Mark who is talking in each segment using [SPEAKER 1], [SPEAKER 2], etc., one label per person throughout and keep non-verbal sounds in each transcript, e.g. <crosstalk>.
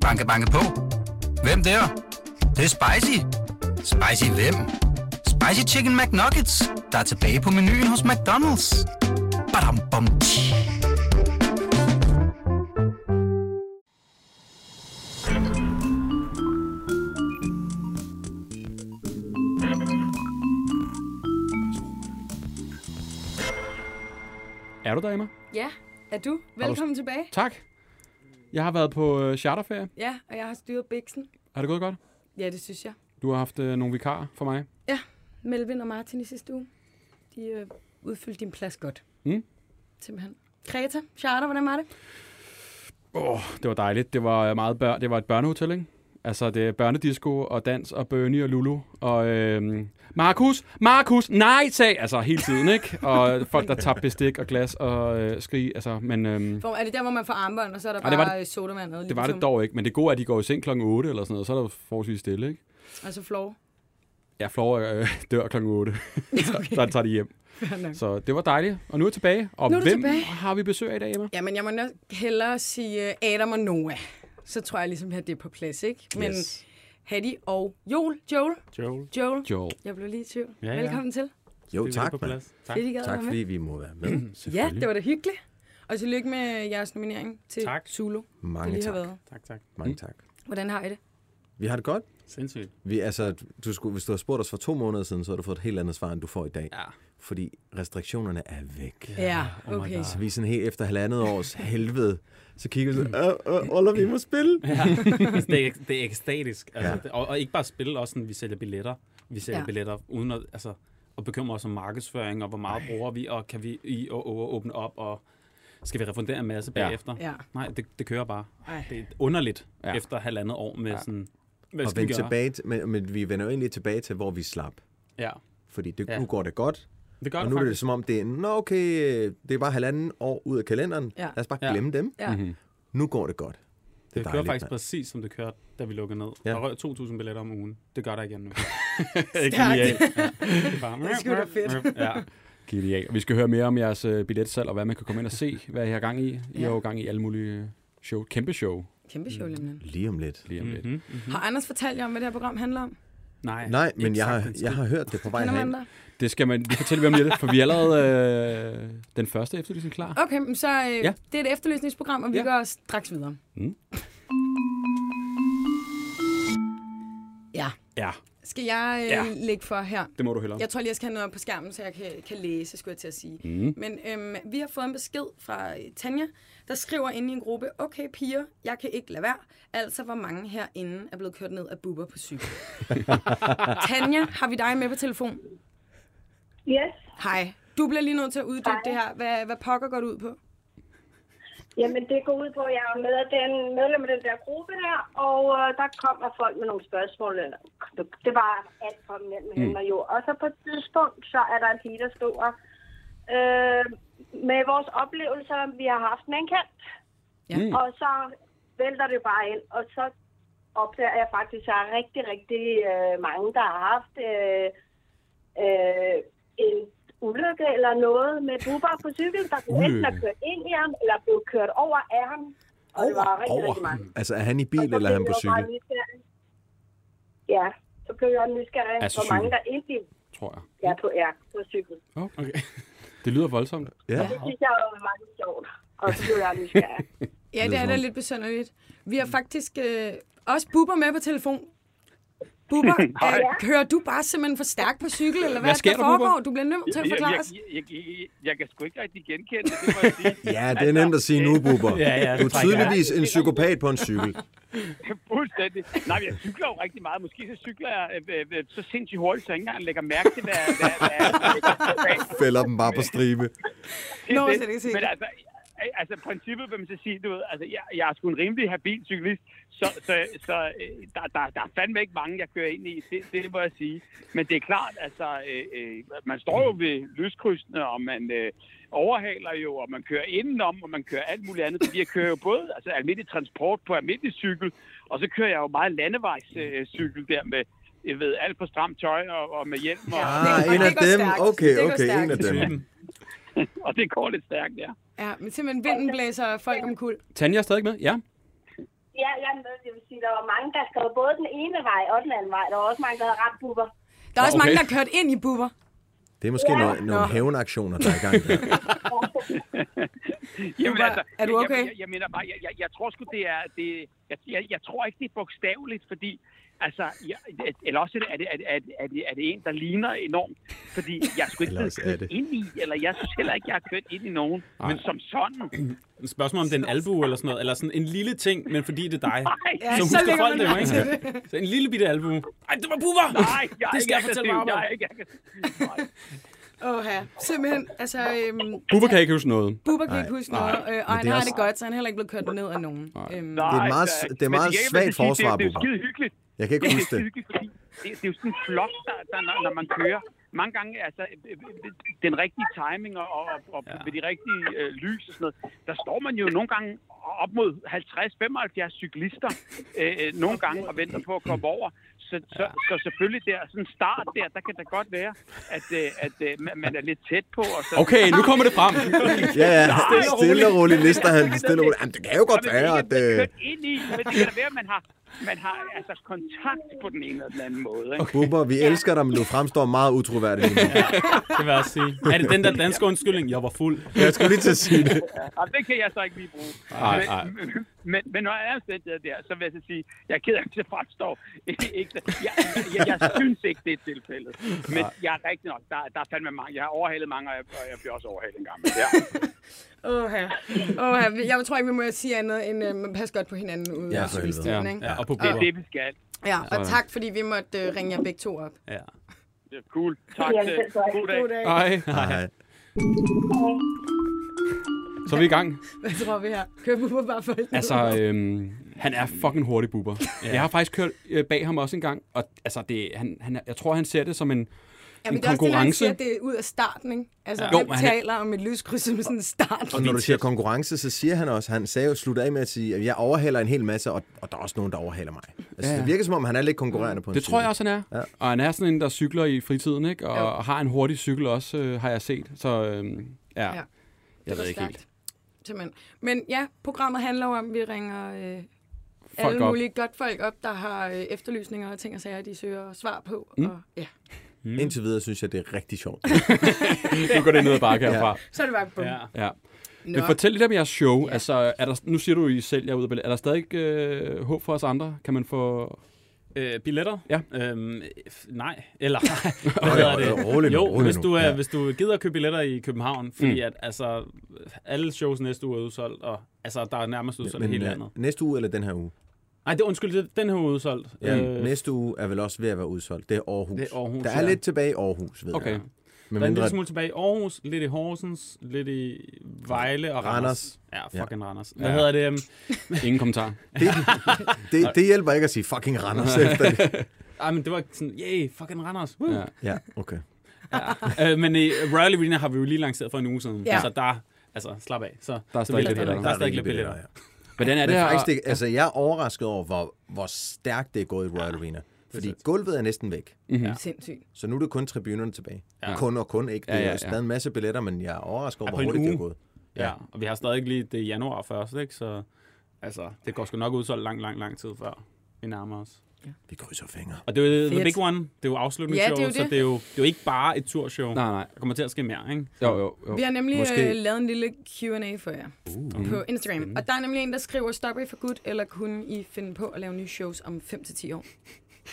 [SPEAKER 1] Banke, banke på. Hvem der? Det, er? det er spicy. Spicy hvem? Spicy Chicken McNuggets, der er tilbage på menuen hos McDonald's. Badum, bom, tji.
[SPEAKER 2] Er du der, Emma?
[SPEAKER 3] Ja, er du? Velkommen tilbage.
[SPEAKER 2] Tak. Jeg har været på øh, charterferie.
[SPEAKER 3] Ja, og jeg har styret biksen.
[SPEAKER 2] Har det gået godt?
[SPEAKER 3] Ja, det synes jeg.
[SPEAKER 2] Du har haft øh, nogle vikarer for mig.
[SPEAKER 3] Melvin og Martin i sidste uge, de øh, udfyldte din plads godt.
[SPEAKER 2] Mm.
[SPEAKER 3] Simpelthen. Kreta, charter, hvordan var det?
[SPEAKER 2] Åh, oh, det var dejligt. Det var øh, meget bør- det var et børnehotel, ikke? Altså, det er børnedisco og dans og Bernie og Lulu og øhm, Markus, Markus, nej, sag! Altså, hele tiden, ikke? Og folk, der tager bestik og glas og øh, skrig, altså, men øhm,
[SPEAKER 3] Hvor, er det der, hvor man får armbånd, og så er der
[SPEAKER 2] Ah,
[SPEAKER 3] bare
[SPEAKER 2] det var
[SPEAKER 3] øh, sodavand? og
[SPEAKER 2] det var det
[SPEAKER 3] limonade?
[SPEAKER 2] dog ikke. Men det gode er, at de går i seng klokken 8 eller sådan noget, og så er der forholdsvis stille, ikke?
[SPEAKER 3] Og så flår.
[SPEAKER 2] Jeg flår øh, dør klokken 8,
[SPEAKER 3] Okay.
[SPEAKER 2] <laughs> så tager de hjem.
[SPEAKER 3] fair nok.
[SPEAKER 2] Så det var dejligt. Og nu er jeg tilbage. Og
[SPEAKER 3] Nu er du
[SPEAKER 2] hvem
[SPEAKER 3] tilbage.
[SPEAKER 2] har vi besøg af i dag, Emma?
[SPEAKER 3] Jamen, jeg må nok hellere sige øh, Adam og Noah. Så tror jeg ligesom, at jeg har det på plads, ikke? Men
[SPEAKER 2] Yes.
[SPEAKER 3] Hattie og Joel. Joel.
[SPEAKER 4] Joel.
[SPEAKER 3] Joel.
[SPEAKER 2] Joel.
[SPEAKER 3] Jeg blev lige i tvivl.
[SPEAKER 4] Ja, ja.
[SPEAKER 3] Velkommen til.
[SPEAKER 5] Jo,
[SPEAKER 4] Det er
[SPEAKER 5] tak,
[SPEAKER 4] på
[SPEAKER 5] mand.
[SPEAKER 4] plads. Tak.
[SPEAKER 3] Fedt, I gad at
[SPEAKER 5] Tak,
[SPEAKER 3] være med.
[SPEAKER 5] fordi vi må være
[SPEAKER 4] <clears throat>
[SPEAKER 5] med.
[SPEAKER 3] Ja,
[SPEAKER 5] Selvfølgelig.
[SPEAKER 3] det var da hyggeligt. Og tillykke med jeres nominering til
[SPEAKER 4] Tak.
[SPEAKER 3] Zulu, der
[SPEAKER 5] Mange
[SPEAKER 3] lige har
[SPEAKER 5] tak.
[SPEAKER 3] været.
[SPEAKER 4] Tak, tak.
[SPEAKER 5] Mange tak.
[SPEAKER 3] Hvordan har I det?
[SPEAKER 5] Vi har det godt.
[SPEAKER 4] Sindssygt.
[SPEAKER 5] Vi, altså, du skulle, hvis du havde spurgt os for to måneder siden, så havde du fået et helt andet svar, end du får i dag.
[SPEAKER 2] Ja.
[SPEAKER 5] Fordi restriktionerne er væk.
[SPEAKER 3] Ja,
[SPEAKER 4] oh my
[SPEAKER 3] okay.
[SPEAKER 5] Så vi er sådan helt efter halvandet års helvede, så kigger vi sådan, øh, øh, Ola, vi må spille.
[SPEAKER 4] Ja. altså, det, er, det er ekstatisk. Altså,
[SPEAKER 5] Ja.
[SPEAKER 4] ja. og, og ikke bare spille, også sådan, vi sælger billetter. Vi sælger
[SPEAKER 3] Ja.
[SPEAKER 4] ja. billetter uden at, altså, og bekymre os om markedsføring, og hvor meget Ej. bruger vi, og kan vi i og, og åbne op, og skal vi refundere en masse
[SPEAKER 2] Ja.
[SPEAKER 4] bagefter?
[SPEAKER 3] Ja.
[SPEAKER 4] Nej, det, det kører bare.
[SPEAKER 3] Ej.
[SPEAKER 4] Det er underligt
[SPEAKER 2] Ja.
[SPEAKER 4] ja. efter halvandet år med
[SPEAKER 2] Ja.
[SPEAKER 4] ja. sådan, hvad
[SPEAKER 5] Og
[SPEAKER 4] skal vi
[SPEAKER 5] vende
[SPEAKER 4] gøre?
[SPEAKER 5] tilbage, til, men, men, vi vender jo egentlig tilbage til, hvor vi slap.
[SPEAKER 4] Ja.
[SPEAKER 5] Fordi det,
[SPEAKER 4] Ja.
[SPEAKER 5] nu går det godt,
[SPEAKER 4] Det gør
[SPEAKER 5] og
[SPEAKER 4] det
[SPEAKER 5] nu er det
[SPEAKER 4] faktisk.
[SPEAKER 5] som om, det er, nå okay, det er bare halvanden år ud af kalenderen.
[SPEAKER 3] Ja.
[SPEAKER 5] Lad os bare
[SPEAKER 4] Ja.
[SPEAKER 5] glemme dem.
[SPEAKER 3] Ja. <laughs>
[SPEAKER 2] Mhm.
[SPEAKER 5] Nu går det godt.
[SPEAKER 4] Det, det kører
[SPEAKER 5] dejligt,
[SPEAKER 4] faktisk
[SPEAKER 5] mand.
[SPEAKER 4] præcis, som det kørte, da vi lukkede ned. Ja.
[SPEAKER 5] Ja.
[SPEAKER 4] Der røg 2.000 billetter om ugen. Det gør der igen
[SPEAKER 5] <laughs>
[SPEAKER 4] nu.
[SPEAKER 3] Stærkt.
[SPEAKER 4] Det er bare...
[SPEAKER 3] Det er sgu da fedt.
[SPEAKER 4] Ja.
[SPEAKER 2] Genial. Og Vi skal høre mere om jeres øh, billetsalg, og hvad man kan komme ind og se, hvad I har gang i. I
[SPEAKER 3] Ja.
[SPEAKER 2] har jo gang i alle mulige øh, show. Kæmpe show
[SPEAKER 3] Kæmpe show, mm.
[SPEAKER 5] Lige om lidt.
[SPEAKER 2] lige om lidt.
[SPEAKER 4] Mhm.
[SPEAKER 3] Har Anders fortalt jer om, hvad det her program handler om?
[SPEAKER 4] Nej,
[SPEAKER 5] Nej, men
[SPEAKER 4] ikke
[SPEAKER 5] jeg
[SPEAKER 4] sagt
[SPEAKER 5] har,
[SPEAKER 4] en skid.
[SPEAKER 5] jeg har hørt det på vej
[SPEAKER 3] Kender man
[SPEAKER 5] herind.
[SPEAKER 3] dig?
[SPEAKER 2] Det skal man lige fortælle mere om lidt, for vi er allerede øh, den første efterlysning klar.
[SPEAKER 3] Okay, men så øh, ja.
[SPEAKER 2] Ja.
[SPEAKER 3] det er et efterlysningsprogram, og vi ja.
[SPEAKER 2] Ja.
[SPEAKER 3] går straks videre.
[SPEAKER 2] Mm.
[SPEAKER 3] Ja.
[SPEAKER 2] Ja,
[SPEAKER 3] Skal jeg øh, ja.
[SPEAKER 2] Ja.
[SPEAKER 3] lægge for her?
[SPEAKER 2] det må du hellere.
[SPEAKER 3] Jeg tror lige, jeg skal have noget op på skærmen, så jeg kan, kan læse, skulle jeg til at sige.
[SPEAKER 2] Mm.
[SPEAKER 3] Men øhm, vi har fået en besked fra øh, Tanja, der skriver inde i en gruppe, okay piger, jeg kan ikke lade være. Altså, hvor mange herinde er blevet kørt ned af buber på cykel. Tanja, har vi dig med på telefon?
[SPEAKER 6] Yes.
[SPEAKER 3] Hej. Du bliver lige nødt til at uddybe det her. Hvad, hvad pokker går du ud på?
[SPEAKER 6] Jamen, det går ud på, at jeg er med den, medlem af den der gruppe der, og øh, der kommer folk med nogle spørgsmål. eller Det var alt fra mellem mm. hende og jord. Og så på et tidspunkt, så er der en pige, der skriver, øh, med vores oplevelser, vi har haft med en kant.
[SPEAKER 3] Ja.
[SPEAKER 6] Ja.
[SPEAKER 2] Mm.
[SPEAKER 6] Og så vælter det bare ind, og så opdager jeg faktisk, at der er rigtig, rigtig øh, mange, der har haft øh, øh, en ulykke eller noget med buber på cykel, der blev enten er
[SPEAKER 2] Ulykke.
[SPEAKER 6] kørt ind i ham, eller blev kørt over af ham. Og det var rigtig, rigtig
[SPEAKER 5] Over.
[SPEAKER 6] mange.
[SPEAKER 5] Altså, er han i
[SPEAKER 6] Og
[SPEAKER 5] bil, eller
[SPEAKER 6] så
[SPEAKER 5] er
[SPEAKER 6] blev
[SPEAKER 5] han på
[SPEAKER 6] jeg jo bare
[SPEAKER 5] cykel?
[SPEAKER 6] nysgerrig. Ja, så blev jeg nysgerrig,
[SPEAKER 2] Altså
[SPEAKER 6] hvor mange
[SPEAKER 2] cykel.
[SPEAKER 6] der egentlig
[SPEAKER 2] Tror jeg.
[SPEAKER 6] er på, er på cykel.
[SPEAKER 2] Okay. Det lyder voldsomt.
[SPEAKER 5] Ja.
[SPEAKER 6] Det synes jeg var meget sjovt, og så blev jeg nysgerrig.
[SPEAKER 3] Ja, det
[SPEAKER 5] lyder
[SPEAKER 3] er
[SPEAKER 5] som
[SPEAKER 3] da
[SPEAKER 5] om-
[SPEAKER 3] lidt besynderligt. Vi har faktisk øh, også buber med på telefon. Buber, øh, kører du bare simpelthen for stærkt på cykel, eller hvad,
[SPEAKER 2] Hvad sker
[SPEAKER 3] der
[SPEAKER 2] der, Bubber?
[SPEAKER 3] foregår? Du bliver nødt til at
[SPEAKER 7] Jeg,
[SPEAKER 3] forklare
[SPEAKER 7] jeg,
[SPEAKER 3] os.
[SPEAKER 7] jeg, jeg, jeg kan sgu ikke rigtig genkende det, det, må jeg sige.
[SPEAKER 5] ja, det er nemt at sige nu, Bubber.
[SPEAKER 4] Ja, ja,
[SPEAKER 5] Du er
[SPEAKER 4] det trækker jeg.
[SPEAKER 5] tydeligvis en psykopat på en cykel.
[SPEAKER 7] Fuldstændig. Nej, men jeg cykler jo rigtig meget. Måske så cykler jeg øh, øh, så sindssygt hurtigt, så jeg ikke engang lægger mærke til, hvad, hvad, hvad, hvad
[SPEAKER 5] Fælder dem bare på stribe. Ah,
[SPEAKER 7] det er
[SPEAKER 3] Nå,
[SPEAKER 7] det.
[SPEAKER 3] så det kan se.
[SPEAKER 7] <laughs> Men altså, øh, altså, i princippet vil man så sige, du ved, altså, jeg, jeg er sgu en rimelig habil cyklist, så, så, så øh, der, der, der er fandme ikke mange, jeg kører ind i, det, det må jeg sige. Men det er klart, altså, øh, øh, man står jo ved lyskrydsene, og man øh, overhaler jo, og man kører indenom, og man kører alt muligt andet, fordi jeg kører jo både altså, almindelig transport på almindelig cykel, og så kører jeg jo meget landevejscykel øh, cykel der med, jeg ved, alt på stramt tøj og, og med hjelm, og,
[SPEAKER 3] Det
[SPEAKER 5] Ah,
[SPEAKER 3] går-
[SPEAKER 5] en
[SPEAKER 3] det
[SPEAKER 5] af
[SPEAKER 3] går
[SPEAKER 5] dem.
[SPEAKER 3] stærkt.
[SPEAKER 5] Okay,
[SPEAKER 3] Det går
[SPEAKER 5] okay, en
[SPEAKER 3] stærkt.
[SPEAKER 5] af dem.
[SPEAKER 7] <laughs> og det går lidt stærkt, ja.
[SPEAKER 3] Ja, men simpelthen vinden blæser folk omkuld.
[SPEAKER 2] Tanja er stadig med? Ja.
[SPEAKER 6] ja, jeg er med, det vil sige, der var mange, der skrev både den ene vej og den anden vej. Der var også mange, der havde ramt buber.
[SPEAKER 3] Der er også
[SPEAKER 2] Nå,
[SPEAKER 3] mange,
[SPEAKER 2] okay.
[SPEAKER 3] der kørt ind i buber.
[SPEAKER 5] Det er måske nogle, nogle hævnaktioner, der er i gang. Der.
[SPEAKER 7] Jamen,
[SPEAKER 3] Hubert, er du okay?
[SPEAKER 7] altså, Jeg, jeg, jeg mener bare, jeg, jeg, jeg tror sgu, det er... Det, jeg, jeg, jeg tror ikke, det er bogstaveligt, fordi... Altså, jeg, eller også er det, er, det, er, det, er, det, er, det, er det en, der ligner enormt. Fordi jeg skulle ikke
[SPEAKER 5] Eller
[SPEAKER 7] blevet
[SPEAKER 5] også er
[SPEAKER 7] kørt
[SPEAKER 5] det.
[SPEAKER 7] ind i, eller jeg synes heller ikke, jeg har kørt ind i nogen. Ej. Men som
[SPEAKER 5] <clears throat>
[SPEAKER 7] sådan...
[SPEAKER 4] Spørgsmål om det er en albu eller sådan noget, eller sådan en lille ting, men fordi det er dig.
[SPEAKER 7] <laughs> Nej,
[SPEAKER 3] Ja,
[SPEAKER 4] Så
[SPEAKER 3] så,
[SPEAKER 4] husker
[SPEAKER 3] lægger man
[SPEAKER 4] folk det jo,
[SPEAKER 3] mærke
[SPEAKER 4] ikke?
[SPEAKER 3] til det.
[SPEAKER 4] Så en lille bitte albu. Ej, det var buber!
[SPEAKER 7] nej, jeg er
[SPEAKER 4] det skal
[SPEAKER 7] ikke
[SPEAKER 4] jeg fortælle
[SPEAKER 7] aggressiv.
[SPEAKER 4] mig
[SPEAKER 7] Jeg er
[SPEAKER 4] om.
[SPEAKER 7] ikke aggressiv. Nej.
[SPEAKER 3] Åh, ja. Simpelthen, altså, øhm,
[SPEAKER 2] Buffer kan ikke huske noget.
[SPEAKER 3] Bubber kan ikke huske noget, øh, og han
[SPEAKER 5] det er
[SPEAKER 3] har
[SPEAKER 5] også-
[SPEAKER 3] det godt, så han er heller ikke blevet kørt ned af nogen. Øhm,
[SPEAKER 7] Nej,
[SPEAKER 5] Det er et meget-
[SPEAKER 7] altså,
[SPEAKER 5] det er
[SPEAKER 7] men
[SPEAKER 5] meget
[SPEAKER 7] kan jeg-
[SPEAKER 5] svagt
[SPEAKER 7] jeg vil sige,
[SPEAKER 5] forsvar,
[SPEAKER 7] Det er, det er
[SPEAKER 5] Bubber.
[SPEAKER 7] skide hyggeligt.
[SPEAKER 5] Jeg kan ikke
[SPEAKER 7] det,
[SPEAKER 5] huske
[SPEAKER 7] det.
[SPEAKER 5] det.
[SPEAKER 7] er hyggeligt, fordi det, det er jo sådan flot, der, der, når, når man kører. Mange gange, altså, øh, øh, den rigtige timing og, og, og ja. ved de rigtige øh, lys og sådan noget, der står man jo nogle gange op mod 50-75 cyklister øh, øh, nogle gange og venter på at komme over. Så, så, så selvfølgelig der, sådan en start der, der kan det godt være, at, øh, at øh, man- man er lidt tæt på. Og så,
[SPEAKER 2] Okay, nu kommer det frem.
[SPEAKER 4] <laughs>
[SPEAKER 5] Ja, ja.
[SPEAKER 7] Stille og
[SPEAKER 5] Stille og roligt
[SPEAKER 7] roligt.
[SPEAKER 5] lister han. Stille og roligt. Jamen, det kan jo godt
[SPEAKER 7] Jamen,
[SPEAKER 5] være,
[SPEAKER 7] ikke,
[SPEAKER 5] at...
[SPEAKER 7] man er
[SPEAKER 5] Øh,
[SPEAKER 7] kørt ind i, men det kan da være, at man har, man har altså, kontakt på den ene eller den anden måde. Ikke?
[SPEAKER 5] Bubber, vi elsker dig, men du fremstår meget utroværdig. lige nu.
[SPEAKER 4] Det vil jeg også sige.
[SPEAKER 2] <laughs>
[SPEAKER 4] Er det den der danske undskyldning? Jeg var fuld.
[SPEAKER 5] Jeg skulle lige til at sige det.
[SPEAKER 7] Og Ah, det kan jeg så ikke lige bruge.
[SPEAKER 2] Ej,
[SPEAKER 7] men,
[SPEAKER 2] ej.
[SPEAKER 7] Men, men, men når jeg er omstændighed der, så vil jeg så sige, jeg er ked af, at det fremstår. ikke, jeg, jeg, jeg, synes ikke, det er tilfældet. Men jeg er rigtig nok, der, der er fandme mange. Jeg har overhalet mange, og jeg, og jeg bliver også overhalet en gang. Men ja.
[SPEAKER 3] Åh, ja. Åh, ja. Jeg tror ikke, vi må sige andet end, øh, man passer godt på hinanden ude
[SPEAKER 5] Ja,
[SPEAKER 3] ja,
[SPEAKER 5] for
[SPEAKER 3] i
[SPEAKER 5] helvede.
[SPEAKER 3] ja, ikke?
[SPEAKER 4] Ja, og på
[SPEAKER 7] Det er
[SPEAKER 4] buber.
[SPEAKER 7] det, vi skal.
[SPEAKER 3] Ja, og tak, fordi vi måtte øh, ringe jer begge to op.
[SPEAKER 4] Ja.
[SPEAKER 7] Det er cool. Tak.
[SPEAKER 6] Ja,
[SPEAKER 7] til-
[SPEAKER 6] selv tak.
[SPEAKER 7] God dag.
[SPEAKER 3] God dag.
[SPEAKER 2] Ej,
[SPEAKER 5] Nej.
[SPEAKER 2] så er vi i gang.
[SPEAKER 3] Hvad tror vi her? Kører Bubber bare for helvede?
[SPEAKER 2] Altså, øhm, han er fucking hurtig, Bubber. Jeg har faktisk kørt øh, bag ham også en gang, og altså, det, han, han, er- jeg tror, han ser det som en,
[SPEAKER 3] Jamen,
[SPEAKER 2] en
[SPEAKER 3] det er også det, når han
[SPEAKER 2] konkurrence.
[SPEAKER 3] siger, det er ud af starten, ikke? Altså,
[SPEAKER 2] Jo,
[SPEAKER 3] ja. hvem
[SPEAKER 2] men han er-
[SPEAKER 3] taler om et lyskryds som sådan en start?
[SPEAKER 5] Og når du siger konkurrence, så siger han også, han sagde jo, slutter af med at sige, at jeg overhaler en hel masse, og, og der er også nogen, der overhaler mig. Altså,
[SPEAKER 2] Ja, ja.
[SPEAKER 5] det virker som om, han er lidt konkurrerende på en
[SPEAKER 2] Det tror
[SPEAKER 5] cykel.
[SPEAKER 2] jeg også, han er. Ja. Og han er sådan en, der cykler i fritiden, ikke? Og, og har en hurtig cykel også, øh, har jeg set. Så øhm, ja, ja, jeg ved
[SPEAKER 3] var
[SPEAKER 2] ikke
[SPEAKER 3] stærkt.
[SPEAKER 2] helt.
[SPEAKER 3] Simpelthen. Men ja, programmet handler jo om, at vi ringer øh,
[SPEAKER 2] Folk
[SPEAKER 3] alle
[SPEAKER 2] op.
[SPEAKER 3] mulige godt folk op, der har øh, efterlysninger og ting og sager, de søger svar på. Mm. Og, ja.
[SPEAKER 5] Indtil videre synes jeg, det er rigtig sjovt.
[SPEAKER 2] Nu går det ned ad <laughs> bakke herfra.
[SPEAKER 3] Så er det bare bum.
[SPEAKER 4] Ja.
[SPEAKER 3] Ja.
[SPEAKER 2] Ja. Ja.
[SPEAKER 3] Nå,
[SPEAKER 2] Men fortæl lidt om jeres show. Ja. Altså, er der, nu siger du, I selv jer ud af billet. Er der stadig øh, håb for os andre? Kan man få...
[SPEAKER 4] Øh, billetter?
[SPEAKER 2] Ja.
[SPEAKER 4] Øhm, f- nej. Eller hvad hedder
[SPEAKER 5] jo,
[SPEAKER 4] det?
[SPEAKER 5] jo, rolig nu,
[SPEAKER 4] jo,
[SPEAKER 5] rolig
[SPEAKER 4] hvis
[SPEAKER 5] nu.
[SPEAKER 4] du, øh,
[SPEAKER 5] Ja.
[SPEAKER 4] hvis du gider at købe billetter i København, fordi mm. at altså, alle shows næste uge er udsolgt, og altså, der er nærmest udsolgt i hele
[SPEAKER 5] øh,
[SPEAKER 4] landet.
[SPEAKER 5] næste uge eller den her uge?
[SPEAKER 4] Nej, det undskyld, det- den her uge er udsolgt.
[SPEAKER 5] Ja, øh, næste uge er vel også ved at være udsolgt. Det er Aarhus.
[SPEAKER 4] Det er Aarhus,
[SPEAKER 5] der er
[SPEAKER 4] ja.
[SPEAKER 5] lidt tilbage i Aarhus, ved
[SPEAKER 2] Okay.
[SPEAKER 5] jeg. Men
[SPEAKER 4] der er en
[SPEAKER 5] mindre,
[SPEAKER 4] lille smule tilbage i Aarhus, lidt i Horsens, lidt i Vejle og Randers.
[SPEAKER 5] Randers.
[SPEAKER 4] Ja, fucking Randers. Hvad hedder det? øhm,
[SPEAKER 2] Ingen kommentar.
[SPEAKER 5] det, det hjælper ikke at sige fucking Randers efter det.
[SPEAKER 4] Ej, men det var sådan, yay, fucking Randers. Woo.
[SPEAKER 2] Ja.
[SPEAKER 5] Ja, okay.
[SPEAKER 4] øh, men i Royal Arena har vi jo lige lanceret for en uge siden,
[SPEAKER 3] Ja.
[SPEAKER 4] så der, altså slap af. Så,
[SPEAKER 2] Der er
[SPEAKER 4] så
[SPEAKER 2] stadig
[SPEAKER 4] vi-
[SPEAKER 2] lidt billetter.
[SPEAKER 4] Der er stadig lidt billetter.
[SPEAKER 5] ja.
[SPEAKER 2] Hvordan er
[SPEAKER 5] Men
[SPEAKER 2] det her?
[SPEAKER 5] faktisk, det, altså, jeg er overrasket over, hvor, hvor stærkt det er gået i Royal Arena. Fordi gulvet er næsten væk.
[SPEAKER 3] sindssygt.
[SPEAKER 5] Så nu er det kun tribunerne tilbage. Ja. Kun og kun ikke. Det
[SPEAKER 2] Ja,
[SPEAKER 5] er
[SPEAKER 2] ja,
[SPEAKER 5] ja,
[SPEAKER 2] ja.
[SPEAKER 5] ja. stadig en masse billetter, men jeg er overrasket
[SPEAKER 4] Ja,
[SPEAKER 5] over, hvor
[SPEAKER 4] på en
[SPEAKER 5] hurtigt det er
[SPEAKER 4] uge.
[SPEAKER 5] gået.
[SPEAKER 4] Ja, og vi har stadig lige det er januar først, ikke? Så altså, det går sgu nok udsolgt lang, lang, lang tid før vi nærmer os.
[SPEAKER 5] Vi krydser fingre.
[SPEAKER 4] Og det er jo The
[SPEAKER 3] Fedt.
[SPEAKER 4] Big One, det er jo afslutningsshowet,
[SPEAKER 3] Ja, det er jo
[SPEAKER 4] så
[SPEAKER 3] det.
[SPEAKER 4] det er, jo, det er jo ikke bare et turshow.
[SPEAKER 2] Nej, nej.
[SPEAKER 4] Der kommer til at ske mere, ikke?
[SPEAKER 2] Jo, jo, jo.
[SPEAKER 3] Vi har nemlig
[SPEAKER 5] Måske-
[SPEAKER 3] øh, lavet en lille Q&A for jer uh. på Instagram. Og der er nemlig en, der skriver, stopper I for godt, eller kunne I finde på at lave nye shows om 5-10 år?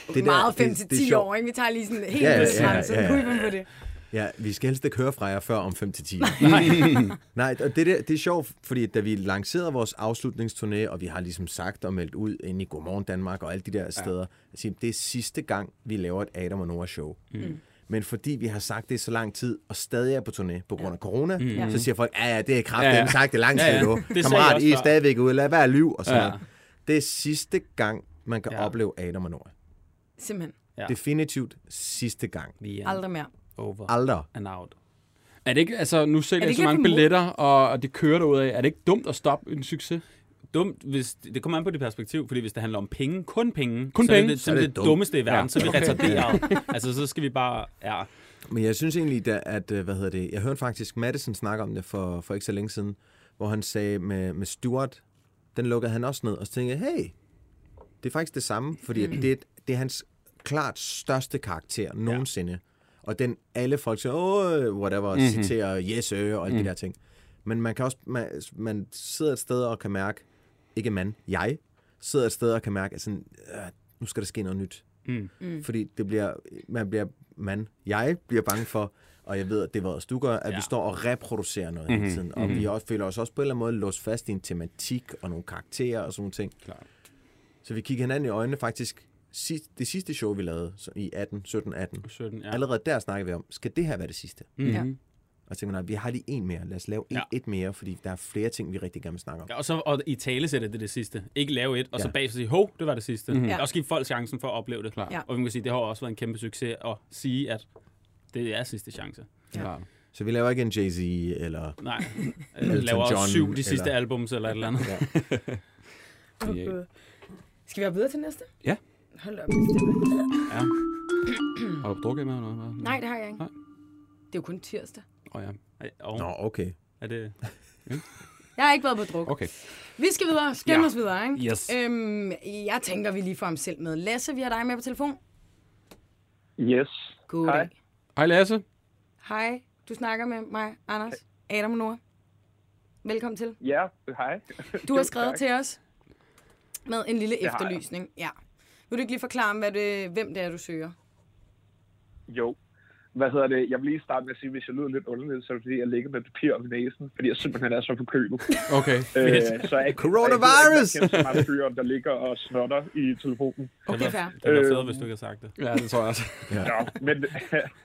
[SPEAKER 3] Det
[SPEAKER 5] der-
[SPEAKER 3] Meget
[SPEAKER 5] det-
[SPEAKER 3] 5-10
[SPEAKER 5] det er sjovt.
[SPEAKER 3] år, ikke? Vi tager lige sådan helt
[SPEAKER 5] Ja, ja,
[SPEAKER 3] ja,
[SPEAKER 5] ja,
[SPEAKER 3] ja,
[SPEAKER 5] ja, ja.
[SPEAKER 3] Kunne I finde på det?
[SPEAKER 5] Ja, vi skal helst ikke høre fra jer før om 5-10 år. Nej. <laughs> Nej, og det, der, det er sjovt, fordi da vi lancerede vores afslutningsturné, og vi har ligesom sagt og meldt ud inde i Godmorgen Danmark og alle de der steder, at sige, det er sidste gang, vi laver et Adam og Nora show. Mm. Men fordi vi har sagt det i så lang tid, og stadig er på turné på grund af corona, mm. så siger folk, ja, ja, det er kraftigt,
[SPEAKER 4] Ja,
[SPEAKER 5] ja,
[SPEAKER 4] ja.
[SPEAKER 5] ja. sagt det lang tid
[SPEAKER 4] Ja, ja.
[SPEAKER 5] nu.
[SPEAKER 4] Det sagde jeg
[SPEAKER 5] Kammerat,
[SPEAKER 4] også
[SPEAKER 5] I er
[SPEAKER 4] før."
[SPEAKER 5] stadigvæk ude, lad være liv, og sådan
[SPEAKER 4] Ja.
[SPEAKER 5] ja. Det er sidste gang, man kan
[SPEAKER 4] Ja.
[SPEAKER 5] ja. opleve Adam og Nora.
[SPEAKER 3] Simpelthen.
[SPEAKER 4] Ja.
[SPEAKER 5] Ja. Definitivt sidste gang.
[SPEAKER 4] Vi er
[SPEAKER 3] Aldrig mere.
[SPEAKER 4] over
[SPEAKER 5] Aldrig.
[SPEAKER 4] and out.
[SPEAKER 2] Er det ikke, altså, nu
[SPEAKER 3] Er
[SPEAKER 2] sælger
[SPEAKER 3] det
[SPEAKER 2] jeg så
[SPEAKER 3] ikke
[SPEAKER 2] mange
[SPEAKER 3] lidt for mod-
[SPEAKER 2] billetter, og, og det kører derud af. Er det ikke dumt at stoppe en succes?
[SPEAKER 4] Dumt, hvis, det kommer an på dit perspektiv, fordi hvis det handler om penge, kun penge,
[SPEAKER 2] Kun
[SPEAKER 4] så er
[SPEAKER 2] penge.
[SPEAKER 4] det det, så er
[SPEAKER 5] Så
[SPEAKER 4] det,
[SPEAKER 5] er
[SPEAKER 4] det
[SPEAKER 5] det
[SPEAKER 4] dummeste i verden,
[SPEAKER 2] Ja.
[SPEAKER 4] så er vi
[SPEAKER 2] <laughs>
[SPEAKER 4] retarderet. altså, så skal vi bare, ja,
[SPEAKER 5] Men jeg synes egentlig, da, at, øh, hvad hedder det, jeg hørte faktisk Madison snakke om det for, for ikke så længe siden, hvor han sagde med, med Stuart, den lukkede han også ned, og så tænkte jeg, hey, det er faktisk det samme, fordi mm. det, er- det er hans klart største karakter nogensinde. Og den alle folk siger, åh, whatever, mm-hmm. citerer yes, sir, og alle mm. de der ting. Men man kan også, man, man sidder et sted og kan mærke, ikke man, jeg sidder et sted og kan mærke, at sådan, øh, nu skal der ske noget nyt. Mm. Fordi det bliver, man bliver, man, jeg bliver bange for, og jeg ved, at det var også du gør, at ja. vi står og reproducerer noget mm-hmm. hele tiden. Og mm-hmm. vi også, føler os også på en eller anden måde låst fast i en tematik og nogle karakterer og sådan nogle ting.
[SPEAKER 2] Klart.
[SPEAKER 5] Så vi kigger hinanden i øjnene faktisk. Sidst, det sidste show, vi lavede så i 18, 17, 18.
[SPEAKER 4] 17, ja. Mhm.
[SPEAKER 5] Allerede der snakkede vi om, skal det her være det sidste?
[SPEAKER 3] Ja.
[SPEAKER 5] Og så tænkte man, nej, vi har lige en mere. Lad os lave ja.
[SPEAKER 4] Ja.
[SPEAKER 5] et mere, fordi der er flere ting, vi rigtig gerne vil snakke om.
[SPEAKER 4] Ja, og så og i tale sætte det det sidste. Ikke lave et, og så
[SPEAKER 5] Ja.
[SPEAKER 4] bagefter sige, hov, det var det sidste.
[SPEAKER 2] Mhm.
[SPEAKER 4] Mm-hmm.
[SPEAKER 3] Ja.
[SPEAKER 4] Ja. Også give folk chancen for at opleve det.
[SPEAKER 2] Klart.
[SPEAKER 3] Ja.
[SPEAKER 4] Og vi må sige, det har også været en kæmpe succes at sige, at det er sidste chance.
[SPEAKER 2] Klart.
[SPEAKER 5] Så vi laver ikke en Jay-Z, eller...
[SPEAKER 4] Nej, jeg laver
[SPEAKER 5] John,
[SPEAKER 4] også syv de sidste
[SPEAKER 5] eller-
[SPEAKER 4] eller... albums eller et eller andet. Ja.
[SPEAKER 2] Genialt.
[SPEAKER 3] Øh, Skal vi have videre til næste?
[SPEAKER 2] Ja.
[SPEAKER 3] Hold da op. det er stille.
[SPEAKER 2] <laughs> Har du drukket med eller hvad?
[SPEAKER 3] Nej, det har jeg ikke.
[SPEAKER 2] Nej.
[SPEAKER 3] Det er jo kun tirsdag.
[SPEAKER 2] Oh, ja.
[SPEAKER 4] Og,
[SPEAKER 5] Nå, okay.
[SPEAKER 4] er det...
[SPEAKER 3] Jeg har ikke været på druk.
[SPEAKER 2] Okay.
[SPEAKER 3] Vi skal videre. Skynd ja.
[SPEAKER 4] Ja.
[SPEAKER 3] os videre, ikke?
[SPEAKER 4] Yes.
[SPEAKER 3] Øhm, jeg tænker, vi lige får ham selv med. Lasse, vi har dig med på telefon.
[SPEAKER 7] Yes.
[SPEAKER 3] Goddag.
[SPEAKER 2] Hej Lasse.
[SPEAKER 3] Hej. Du snakker med mig, Anders, Adam og Nora. Velkommen til.
[SPEAKER 7] Ja, hej.
[SPEAKER 3] Du har
[SPEAKER 7] Jo,
[SPEAKER 3] skrevet
[SPEAKER 7] tak.
[SPEAKER 3] til os med en lille
[SPEAKER 7] har jeg.
[SPEAKER 3] efterlysning. Ja. Vil du ikke lige forklare, hvad det, hvem det er, du søger?
[SPEAKER 7] Jo. Hvad hedder det? Jeg vil lige starte med at sige, at hvis jeg lyder lidt underligt, så er det fordi, jeg ligger med papir om næsen, fordi jeg simpelthen er så forkølet.
[SPEAKER 2] Okay.
[SPEAKER 7] øh, så jeg,
[SPEAKER 5] Coronavirus!
[SPEAKER 7] Så jeg, jeg, jeg, jeg fyren, der ligger og snotter i telefonen.
[SPEAKER 3] Okay,
[SPEAKER 4] det
[SPEAKER 3] fair.
[SPEAKER 4] var, det var
[SPEAKER 7] Øh,
[SPEAKER 4] fedt,
[SPEAKER 5] Øhm.
[SPEAKER 4] hvis du ikke havde sagt det.
[SPEAKER 2] Ja, det tror jeg også.
[SPEAKER 7] Nå, men,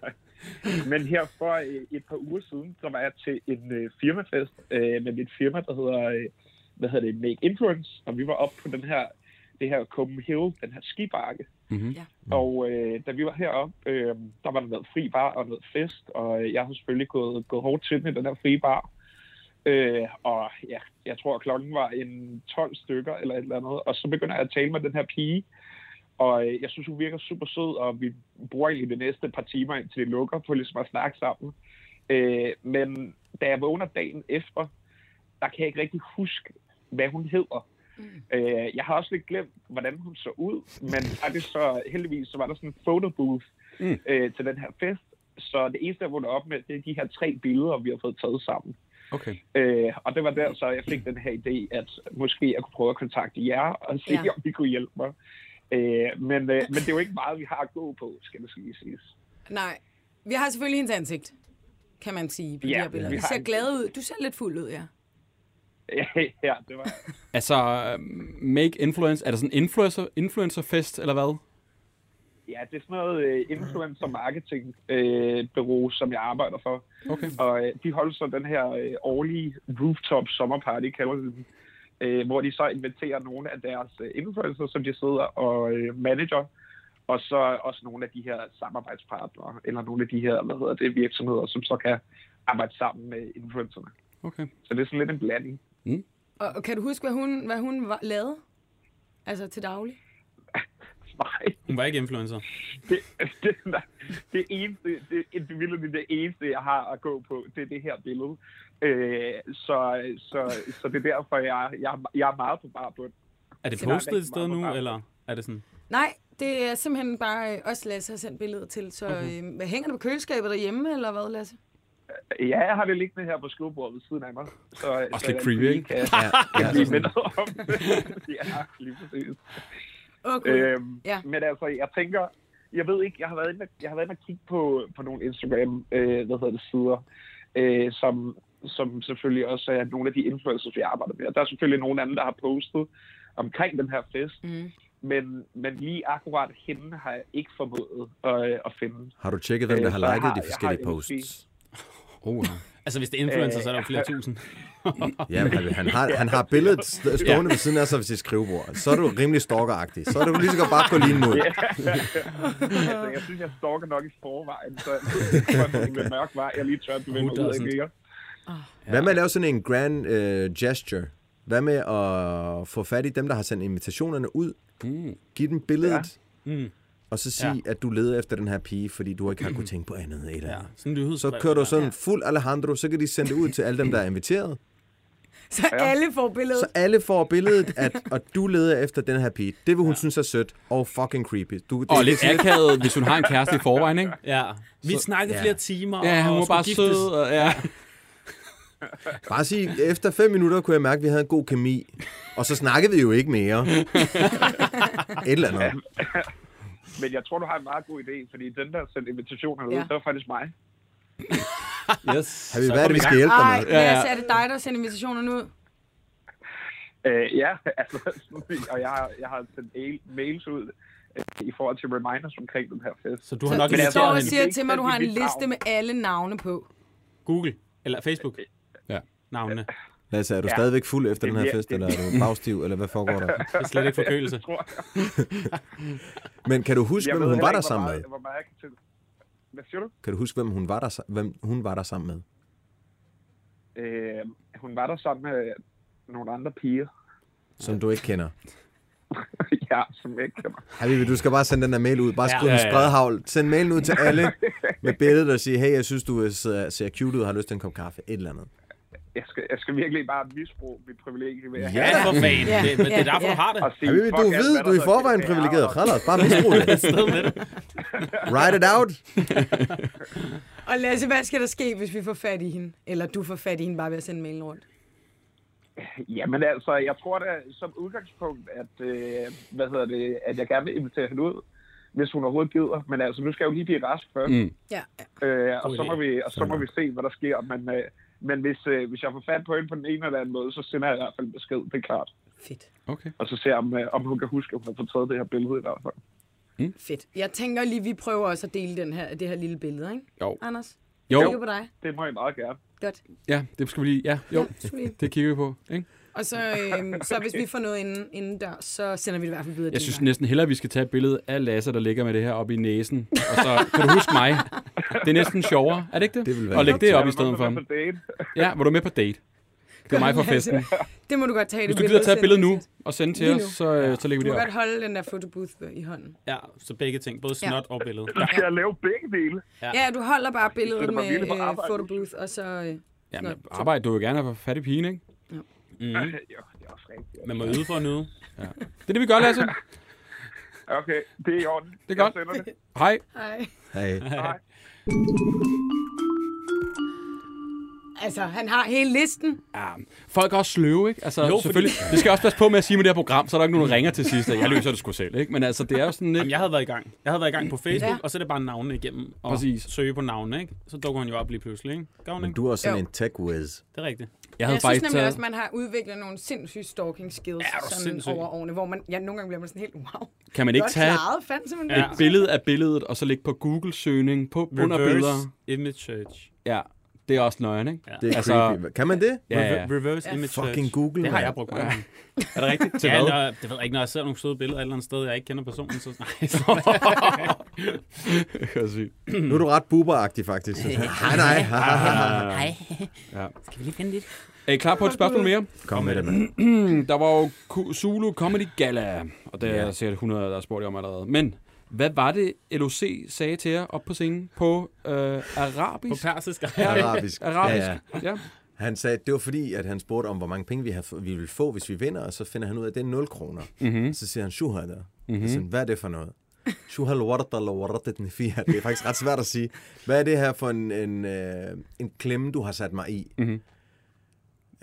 [SPEAKER 7] <laughs> men her for øh, et par uger siden, så var jeg til en øh, firmafest øh, med mit firma, der hedder, øh, hvad hedder det, Make Influence, og vi var oppe på den her, det her Copenhagen, den her skibakke.
[SPEAKER 2] Mhm.
[SPEAKER 3] Ja.
[SPEAKER 7] Og øh, da vi var heroppe, øh, der var der noget fri bar og noget fest, og øh, jeg har selvfølgelig gået, gået hårdt til med den her fri bar. Øh, og ja, jeg tror, klokken var en 12 stykker eller et eller andet, og så begynder jeg at tale med den her pige, og øh, jeg synes, hun virker super sød, og vi bruger egentlig de næste par timer, indtil det lukker, på ligesom at snakke sammen. Øh, men da jeg vågner dagen efter, der kan jeg ikke rigtig huske, hvad hun hedder. Mm. Øh, jeg har også lidt glemt, hvordan hun så ud, men faktisk så heldigvis, så var der sådan en photobooth mm. øh, til den her fest. Så det eneste, jeg vågner op med, det er de her tre billeder, vi har fået taget sammen.
[SPEAKER 2] Okay.
[SPEAKER 7] Øh, og det var der, så jeg fik den her idé, at måske jeg kunne prøve at kontakte jer og se,
[SPEAKER 3] Ja.
[SPEAKER 7] ja. om I kunne hjælpe mig. Øh, men, øh, men det er jo ikke meget, vi har at gå på, skal det lige siges. <laughs>
[SPEAKER 3] Nej. Vi har selvfølgelig hendes ansigt, kan man sige, på ja,
[SPEAKER 7] Ja,
[SPEAKER 3] de her billeder.
[SPEAKER 7] vi
[SPEAKER 3] Vi
[SPEAKER 7] har
[SPEAKER 3] ser
[SPEAKER 7] en-
[SPEAKER 3] glade ud. Du ser lidt fuld ud, ja.
[SPEAKER 7] ja, det var...
[SPEAKER 2] Altså, øhm, Make Influence, er det sådan en influencer, influencerfest, eller hvad?
[SPEAKER 7] Ja, det er sådan noget øh, influencer marketing øh, bureau, som jeg arbejder for.
[SPEAKER 2] Okay.
[SPEAKER 7] Og øh, de holder så den her øh, årlige rooftop sommerparty, kalder de den, øh, hvor de så inviterer nogle af deres øh, influencer, som de sidder og øh, manager, og så også nogle af de her samarbejdspartnere, eller nogle af de her, hvad hedder det, virksomheder, som så kan arbejde sammen med influencerne.
[SPEAKER 2] Okay.
[SPEAKER 7] Så det er sådan lidt en blanding. <laughs>
[SPEAKER 3] Og, og kan du huske, hvad hun, hvad hun var, lavede? Altså til daglig?
[SPEAKER 7] Nej,
[SPEAKER 4] Hun var ikke influencer.
[SPEAKER 7] det, det, nej, det eneste, det, det, det, virkelig det eneste, jeg har at gå på, det er det her billede. Øh, så, så, så det er derfor, jeg, jeg, jeg er meget på barbund.
[SPEAKER 4] Er det
[SPEAKER 7] Det var
[SPEAKER 4] postet et
[SPEAKER 7] rigtig
[SPEAKER 4] sted
[SPEAKER 7] meget på
[SPEAKER 4] nu,
[SPEAKER 7] baggrunden.
[SPEAKER 4] eller er det sådan...
[SPEAKER 3] Nej, det er simpelthen bare øh, os, Lasse har sendt billedet til. Så øh, hvad hænger det på køleskabet derhjemme, eller hvad, Lasse?
[SPEAKER 7] Ja, jeg har det liggende her på skrivebordet ved siden af mig. Så,
[SPEAKER 2] Også
[SPEAKER 7] så
[SPEAKER 2] lidt
[SPEAKER 7] jeg
[SPEAKER 2] creepy,
[SPEAKER 7] <laughs> lige
[SPEAKER 2] ikke?
[SPEAKER 7] Kan,
[SPEAKER 5] Ja, ja, altså.
[SPEAKER 7] blive mindet om det. <laughs> ja, lige præcis.
[SPEAKER 3] Okay.
[SPEAKER 7] Øhm,
[SPEAKER 3] Ja.
[SPEAKER 7] ja. Men altså, jeg tænker, jeg ved ikke, jeg har været inde, jeg har været inde og kigge på, på nogle Instagram, øh, hvad hedder det, sider, øh, som, som selvfølgelig også er nogle af de influencers, vi arbejder med. Og der er selvfølgelig nogle andre, der har postet omkring den her fest, mm. men, men lige akkurat hende har jeg ikke formået at, øh, at finde.
[SPEAKER 5] Har du tjekket, hvem
[SPEAKER 7] Øh,
[SPEAKER 5] der har
[SPEAKER 7] så jeg
[SPEAKER 5] liket
[SPEAKER 7] har-
[SPEAKER 5] de
[SPEAKER 7] jeg
[SPEAKER 5] forskellige
[SPEAKER 7] har en
[SPEAKER 5] posts?
[SPEAKER 2] Oh, ja.
[SPEAKER 4] <laughs> Altså, hvis det er influencer, så er der jo flere tusind.
[SPEAKER 5] Ja, men han
[SPEAKER 7] <laughs>
[SPEAKER 5] har, han har billedet st- stående ved siden af sig ved sit skrivebord. Så er du rimelig stalkeragtig. Så er du lige så godt bare gå lige ud.
[SPEAKER 7] altså, jeg synes, jeg stalker nok i forvejen, så
[SPEAKER 5] <laughs>
[SPEAKER 7] det er en lidt mørk vej, jeg lige tør at bevæge mig ud af ikke? ikke?
[SPEAKER 5] Hvad med at lave sådan en grand øh, gesture? Hvad med at få fat i dem, der har sendt invitationerne ud?
[SPEAKER 2] Mm.
[SPEAKER 5] Giv dem billedet. Og så sig, at du leder efter den her pige, fordi du ikke har
[SPEAKER 2] <clears throat>
[SPEAKER 5] kunnet tænke på andet. Eller.
[SPEAKER 4] Ja, sådan en nyhedsbrev.
[SPEAKER 5] Så kører du sådan fuld Alejandro, så kan de sende det ud til alle dem, der er inviteret.
[SPEAKER 3] Så ja. alle får billedet.
[SPEAKER 5] Så alle får billedet, at, og du leder efter den her pige. Det vil hun ja. synes er sødt og fucking creepy. Du, det,
[SPEAKER 2] Og lidt akavet, hvis hun har en kæreste i forvejen, ikke?
[SPEAKER 4] Ja. Vi snakkede
[SPEAKER 5] ja.
[SPEAKER 4] flere timer.
[SPEAKER 2] Ja, hun
[SPEAKER 4] og
[SPEAKER 2] var bare
[SPEAKER 4] skulle
[SPEAKER 2] sød.
[SPEAKER 4] giftes.
[SPEAKER 2] Og, ja.
[SPEAKER 5] Bare sige, efter fem minutter kunne jeg mærke, at vi havde en god kemi. Og så snakkede vi jo ikke
[SPEAKER 2] <laughs>
[SPEAKER 5] mere. Et eller andet.
[SPEAKER 7] Men jeg tror, du har en meget god idé, fordi den, der sendte invitationerne ud,
[SPEAKER 3] Ja.
[SPEAKER 7] det var faktisk mig.
[SPEAKER 4] Yes.
[SPEAKER 5] Har vi været, vi skal hjælpe dig
[SPEAKER 3] Ej,
[SPEAKER 5] med?
[SPEAKER 2] Ja, ja.
[SPEAKER 3] Mads, er det dig, der sender invitationerne ud?
[SPEAKER 7] Øh, ja, <laughs> altså, og jeg har, jeg har sendt el- mails ud øh, i forhold til reminders omkring den her fest.
[SPEAKER 4] Så du har
[SPEAKER 3] Så
[SPEAKER 4] nok
[SPEAKER 3] du
[SPEAKER 7] altså,
[SPEAKER 4] inviteret
[SPEAKER 3] står og
[SPEAKER 7] hende.
[SPEAKER 4] hende.
[SPEAKER 3] siger til mig, at du har en
[SPEAKER 7] Mit navn.
[SPEAKER 3] liste med alle navne på.
[SPEAKER 4] Google. Eller Facebook.
[SPEAKER 2] Ja.
[SPEAKER 4] Navnene.
[SPEAKER 5] Lasse, er du
[SPEAKER 7] Ja.
[SPEAKER 5] stadigvæk fuld efter den her
[SPEAKER 7] bliver-
[SPEAKER 5] fest, eller er du bagstiv, eller hvad foregår
[SPEAKER 7] <laughs>
[SPEAKER 5] der?
[SPEAKER 4] Det er slet ikke forkølelse.
[SPEAKER 7] Jeg tror,
[SPEAKER 5] Men kan du huske,
[SPEAKER 7] jeg
[SPEAKER 5] hvem
[SPEAKER 7] ved
[SPEAKER 5] hun
[SPEAKER 7] heller
[SPEAKER 5] var der
[SPEAKER 7] ikke, hvor
[SPEAKER 5] sammen med?
[SPEAKER 7] meget- hvor meget jeg kan til- Hvad siger du?
[SPEAKER 5] Kan du huske, hvem hun var der, sa- hvem hun var der sammen med?
[SPEAKER 7] Øh, hun var der sammen med nogle andre piger, <laughs>
[SPEAKER 5] Som du ikke kender.
[SPEAKER 7] ja, som jeg ikke kender.
[SPEAKER 5] Habibi, du skal bare sende den der mail ud. Bare skriv ja, ja, ja. en spredhavl. Send mailen ud
[SPEAKER 7] <laughs>
[SPEAKER 5] til alle med billedet og sige, hey, jeg synes, du ser, ser cute ud og har lyst til en kop kaffe. Et eller andet.
[SPEAKER 7] Jeg skal, jeg skal virkelig bare misbruge mit privilegie ved at
[SPEAKER 5] Ja,
[SPEAKER 4] Ja, for fanden.
[SPEAKER 3] Ja.
[SPEAKER 4] Det, men det er derfor,
[SPEAKER 3] Ja.
[SPEAKER 4] du har det.
[SPEAKER 7] og sige,
[SPEAKER 5] Habibi,
[SPEAKER 7] fuck
[SPEAKER 5] du
[SPEAKER 7] alt,
[SPEAKER 5] ved,
[SPEAKER 7] hvad
[SPEAKER 5] du er
[SPEAKER 7] der
[SPEAKER 5] i forvejen
[SPEAKER 7] hedder
[SPEAKER 5] privilegeret.
[SPEAKER 7] PR.
[SPEAKER 5] Khalas, bare misbrug det. Write it out.
[SPEAKER 3] Og Lasse, hvad skal der ske, hvis vi får fat i hende? Eller du får fat i hende bare ved at sende mailen rundt?
[SPEAKER 7] Jamen altså, jeg tror da som udgangspunkt, at, øh, hvad hedder det, at jeg gerne vil invitere hende ud, hvis hun overhovedet gider. Men altså, nu skal jeg jo lige blive rask først. Mm.
[SPEAKER 3] Ja, ja.
[SPEAKER 7] Øh, og, så
[SPEAKER 4] idé.
[SPEAKER 7] må vi, og så må vi se, hvad der sker. Men, øh, men hvis, øh, hvis jeg får fat på hende på den ene eller anden måde, så sender jeg i hvert fald en besked, det er klart.
[SPEAKER 3] fedt.
[SPEAKER 2] Okay.
[SPEAKER 7] Og så ser jeg, om, øh, om hun kan huske, at hun har fået taget det her billede i hvert fald.
[SPEAKER 3] Fedt. Jeg tænker lige, vi prøver også at dele den her, det her lille billede, ikke?
[SPEAKER 2] Jo.
[SPEAKER 3] Anders, kigger
[SPEAKER 2] Jo,
[SPEAKER 3] på dig.
[SPEAKER 7] Det må jeg meget gerne.
[SPEAKER 3] Godt.
[SPEAKER 2] ja, det skal vi lige... Ja, jo.
[SPEAKER 3] Sweet.
[SPEAKER 2] Det kigger vi på, ikke?
[SPEAKER 3] Og så, øhm, så hvis vi får noget inden, inden der, så sender vi det i hvert fald videre.
[SPEAKER 2] Jeg
[SPEAKER 3] din
[SPEAKER 2] synes
[SPEAKER 3] vej.
[SPEAKER 2] næsten hellere, at vi skal tage et billede af Lasse, der ligger med det her oppe i næsen. Og så kan du huske mig. Det er næsten sjovere, er det ikke det?
[SPEAKER 5] Det ville være
[SPEAKER 2] Og lægge det
[SPEAKER 5] lidt
[SPEAKER 2] op i stedet for ham. Ja, var du med på date? Det var mig fra
[SPEAKER 3] Godt, Lasse.
[SPEAKER 2] festen.
[SPEAKER 3] Altså, Det må du godt tage i
[SPEAKER 2] Hvis
[SPEAKER 3] det
[SPEAKER 2] du gider tage et billede
[SPEAKER 3] send
[SPEAKER 2] nu
[SPEAKER 3] det til os.
[SPEAKER 2] og sende til
[SPEAKER 3] Lige
[SPEAKER 2] os, så,
[SPEAKER 3] nu.
[SPEAKER 2] øh, så lægger
[SPEAKER 3] Du
[SPEAKER 2] vi
[SPEAKER 3] må
[SPEAKER 2] det op.
[SPEAKER 3] godt holde den der fotobooth øh, i hånden.
[SPEAKER 4] Ja, så begge ting. Både
[SPEAKER 3] Ja.
[SPEAKER 4] snot og billede.
[SPEAKER 7] Skal <laughs> jeg lave begge dele?
[SPEAKER 3] Ja, du holder bare
[SPEAKER 7] Det
[SPEAKER 3] billedet
[SPEAKER 7] er bare
[SPEAKER 3] med
[SPEAKER 7] virkelig på
[SPEAKER 3] øh,
[SPEAKER 7] arbejde.
[SPEAKER 3] fotobooth, og så... Øh,
[SPEAKER 2] Jamen, arbejde, du vil gerne have fat i pigen, ikke?
[SPEAKER 7] Mm. <laughs> Jo, det er også rigtigt.
[SPEAKER 4] Man må yde for at nyde.
[SPEAKER 2] Det er det, vi gør, Lasse.
[SPEAKER 7] Okay, det er i orden.
[SPEAKER 2] Det er godt.
[SPEAKER 7] Jeg
[SPEAKER 2] <laughs>
[SPEAKER 7] sender det.
[SPEAKER 2] Hej.
[SPEAKER 3] ej.
[SPEAKER 5] Hey.
[SPEAKER 7] Hej.
[SPEAKER 3] Altså, han har hele listen.
[SPEAKER 2] Ja, folk er også sløve, ikke? Altså,
[SPEAKER 4] Jo,
[SPEAKER 2] jo,
[SPEAKER 4] fordi-
[SPEAKER 2] selvfølgelig. Det skal jeg også passe på med at sige med det her program, så er der ikke nogen, der ringer til sidst, at jeg løser det sgu selv, ikke? Men altså, det er jo sådan lidt...
[SPEAKER 4] Jamen, jeg havde været i gang. Jeg havde været i gang på Facebook,
[SPEAKER 3] Ja.
[SPEAKER 4] ja. og så er det bare navnene igennem. Og
[SPEAKER 2] Præcis.
[SPEAKER 4] søge på navnene, ikke? Så dukker han jo op lige pludselig, ikke? Gør hun,
[SPEAKER 5] Men
[SPEAKER 4] ikke?
[SPEAKER 5] du er også sådan
[SPEAKER 3] Jo.
[SPEAKER 5] en tech whiz.
[SPEAKER 4] Det er rigtigt.
[SPEAKER 2] Jeg
[SPEAKER 3] Jeg,
[SPEAKER 2] havde
[SPEAKER 3] jeg synes nemlig
[SPEAKER 2] taget-
[SPEAKER 3] også, at man har udviklet nogle sindssyge stalking skills
[SPEAKER 4] Ja, er du
[SPEAKER 3] sådan
[SPEAKER 4] sindssyg?
[SPEAKER 3] over årene, hvor man, ja, nogle gange bliver man sådan helt, wow,
[SPEAKER 2] Kan man ikke
[SPEAKER 3] godt
[SPEAKER 2] tage
[SPEAKER 3] klaret, fandt simpelthen
[SPEAKER 4] Ja.
[SPEAKER 3] det.
[SPEAKER 2] et billede af billedet, og så lægge på Google-søgning på under billeder?
[SPEAKER 4] Reverse image search.
[SPEAKER 2] Ja, det er også nøjeren, ikke?
[SPEAKER 5] Det
[SPEAKER 2] Altså-
[SPEAKER 5] er altså, creepy. Kan man det?
[SPEAKER 2] Ja, ja. <laughs>
[SPEAKER 4] Rever- reverse image search.
[SPEAKER 5] Fucking Google,
[SPEAKER 4] Det har
[SPEAKER 5] mand.
[SPEAKER 4] jeg brugt mange gange. Er det rigtigt?
[SPEAKER 2] Til
[SPEAKER 4] ja,
[SPEAKER 2] hvad?
[SPEAKER 4] Når, det ved jeg ikke, når jeg ser nogle søde billeder et eller andet sted, jeg ikke kender personen, så nej. så-
[SPEAKER 2] Det er sygt.
[SPEAKER 5] Nu er du ret buberagtig, faktisk. Hej, <laughs> nej. Ha, ha, ha, ha.
[SPEAKER 2] Er I klar på et spørgsmål mere?
[SPEAKER 5] <laughs> Kom med det, mand.
[SPEAKER 2] Der var jo Ku- Zulu Comedy Gala, og der er sikkert 100, der har spurgt jer om allerede. Men hvad var det, LOC sagde til jer op på scenen på øh,
[SPEAKER 4] På
[SPEAKER 2] arabisk?
[SPEAKER 4] persisk.
[SPEAKER 5] <laughs> <laughs>
[SPEAKER 2] <laughs>
[SPEAKER 5] Arabisk.
[SPEAKER 2] Arabisk,
[SPEAKER 5] Ja, ja.
[SPEAKER 2] ja.
[SPEAKER 5] Han sagde, at det var fordi, at han spurgte om, hvor mange penge vi, havde, vi ville få, hvis vi vinder, og så finder han ud af, at det er 0 kroner. Mm-hmm. Så siger han, shuhada. Mm-hmm. Sådan, hvad er det for noget? <laughs> Shuhal warata la waratatni fiha. Det er faktisk ret svært at sige. Hvad er det her for en, en, øh, en klemme, du har sat mig i? Mm-hmm.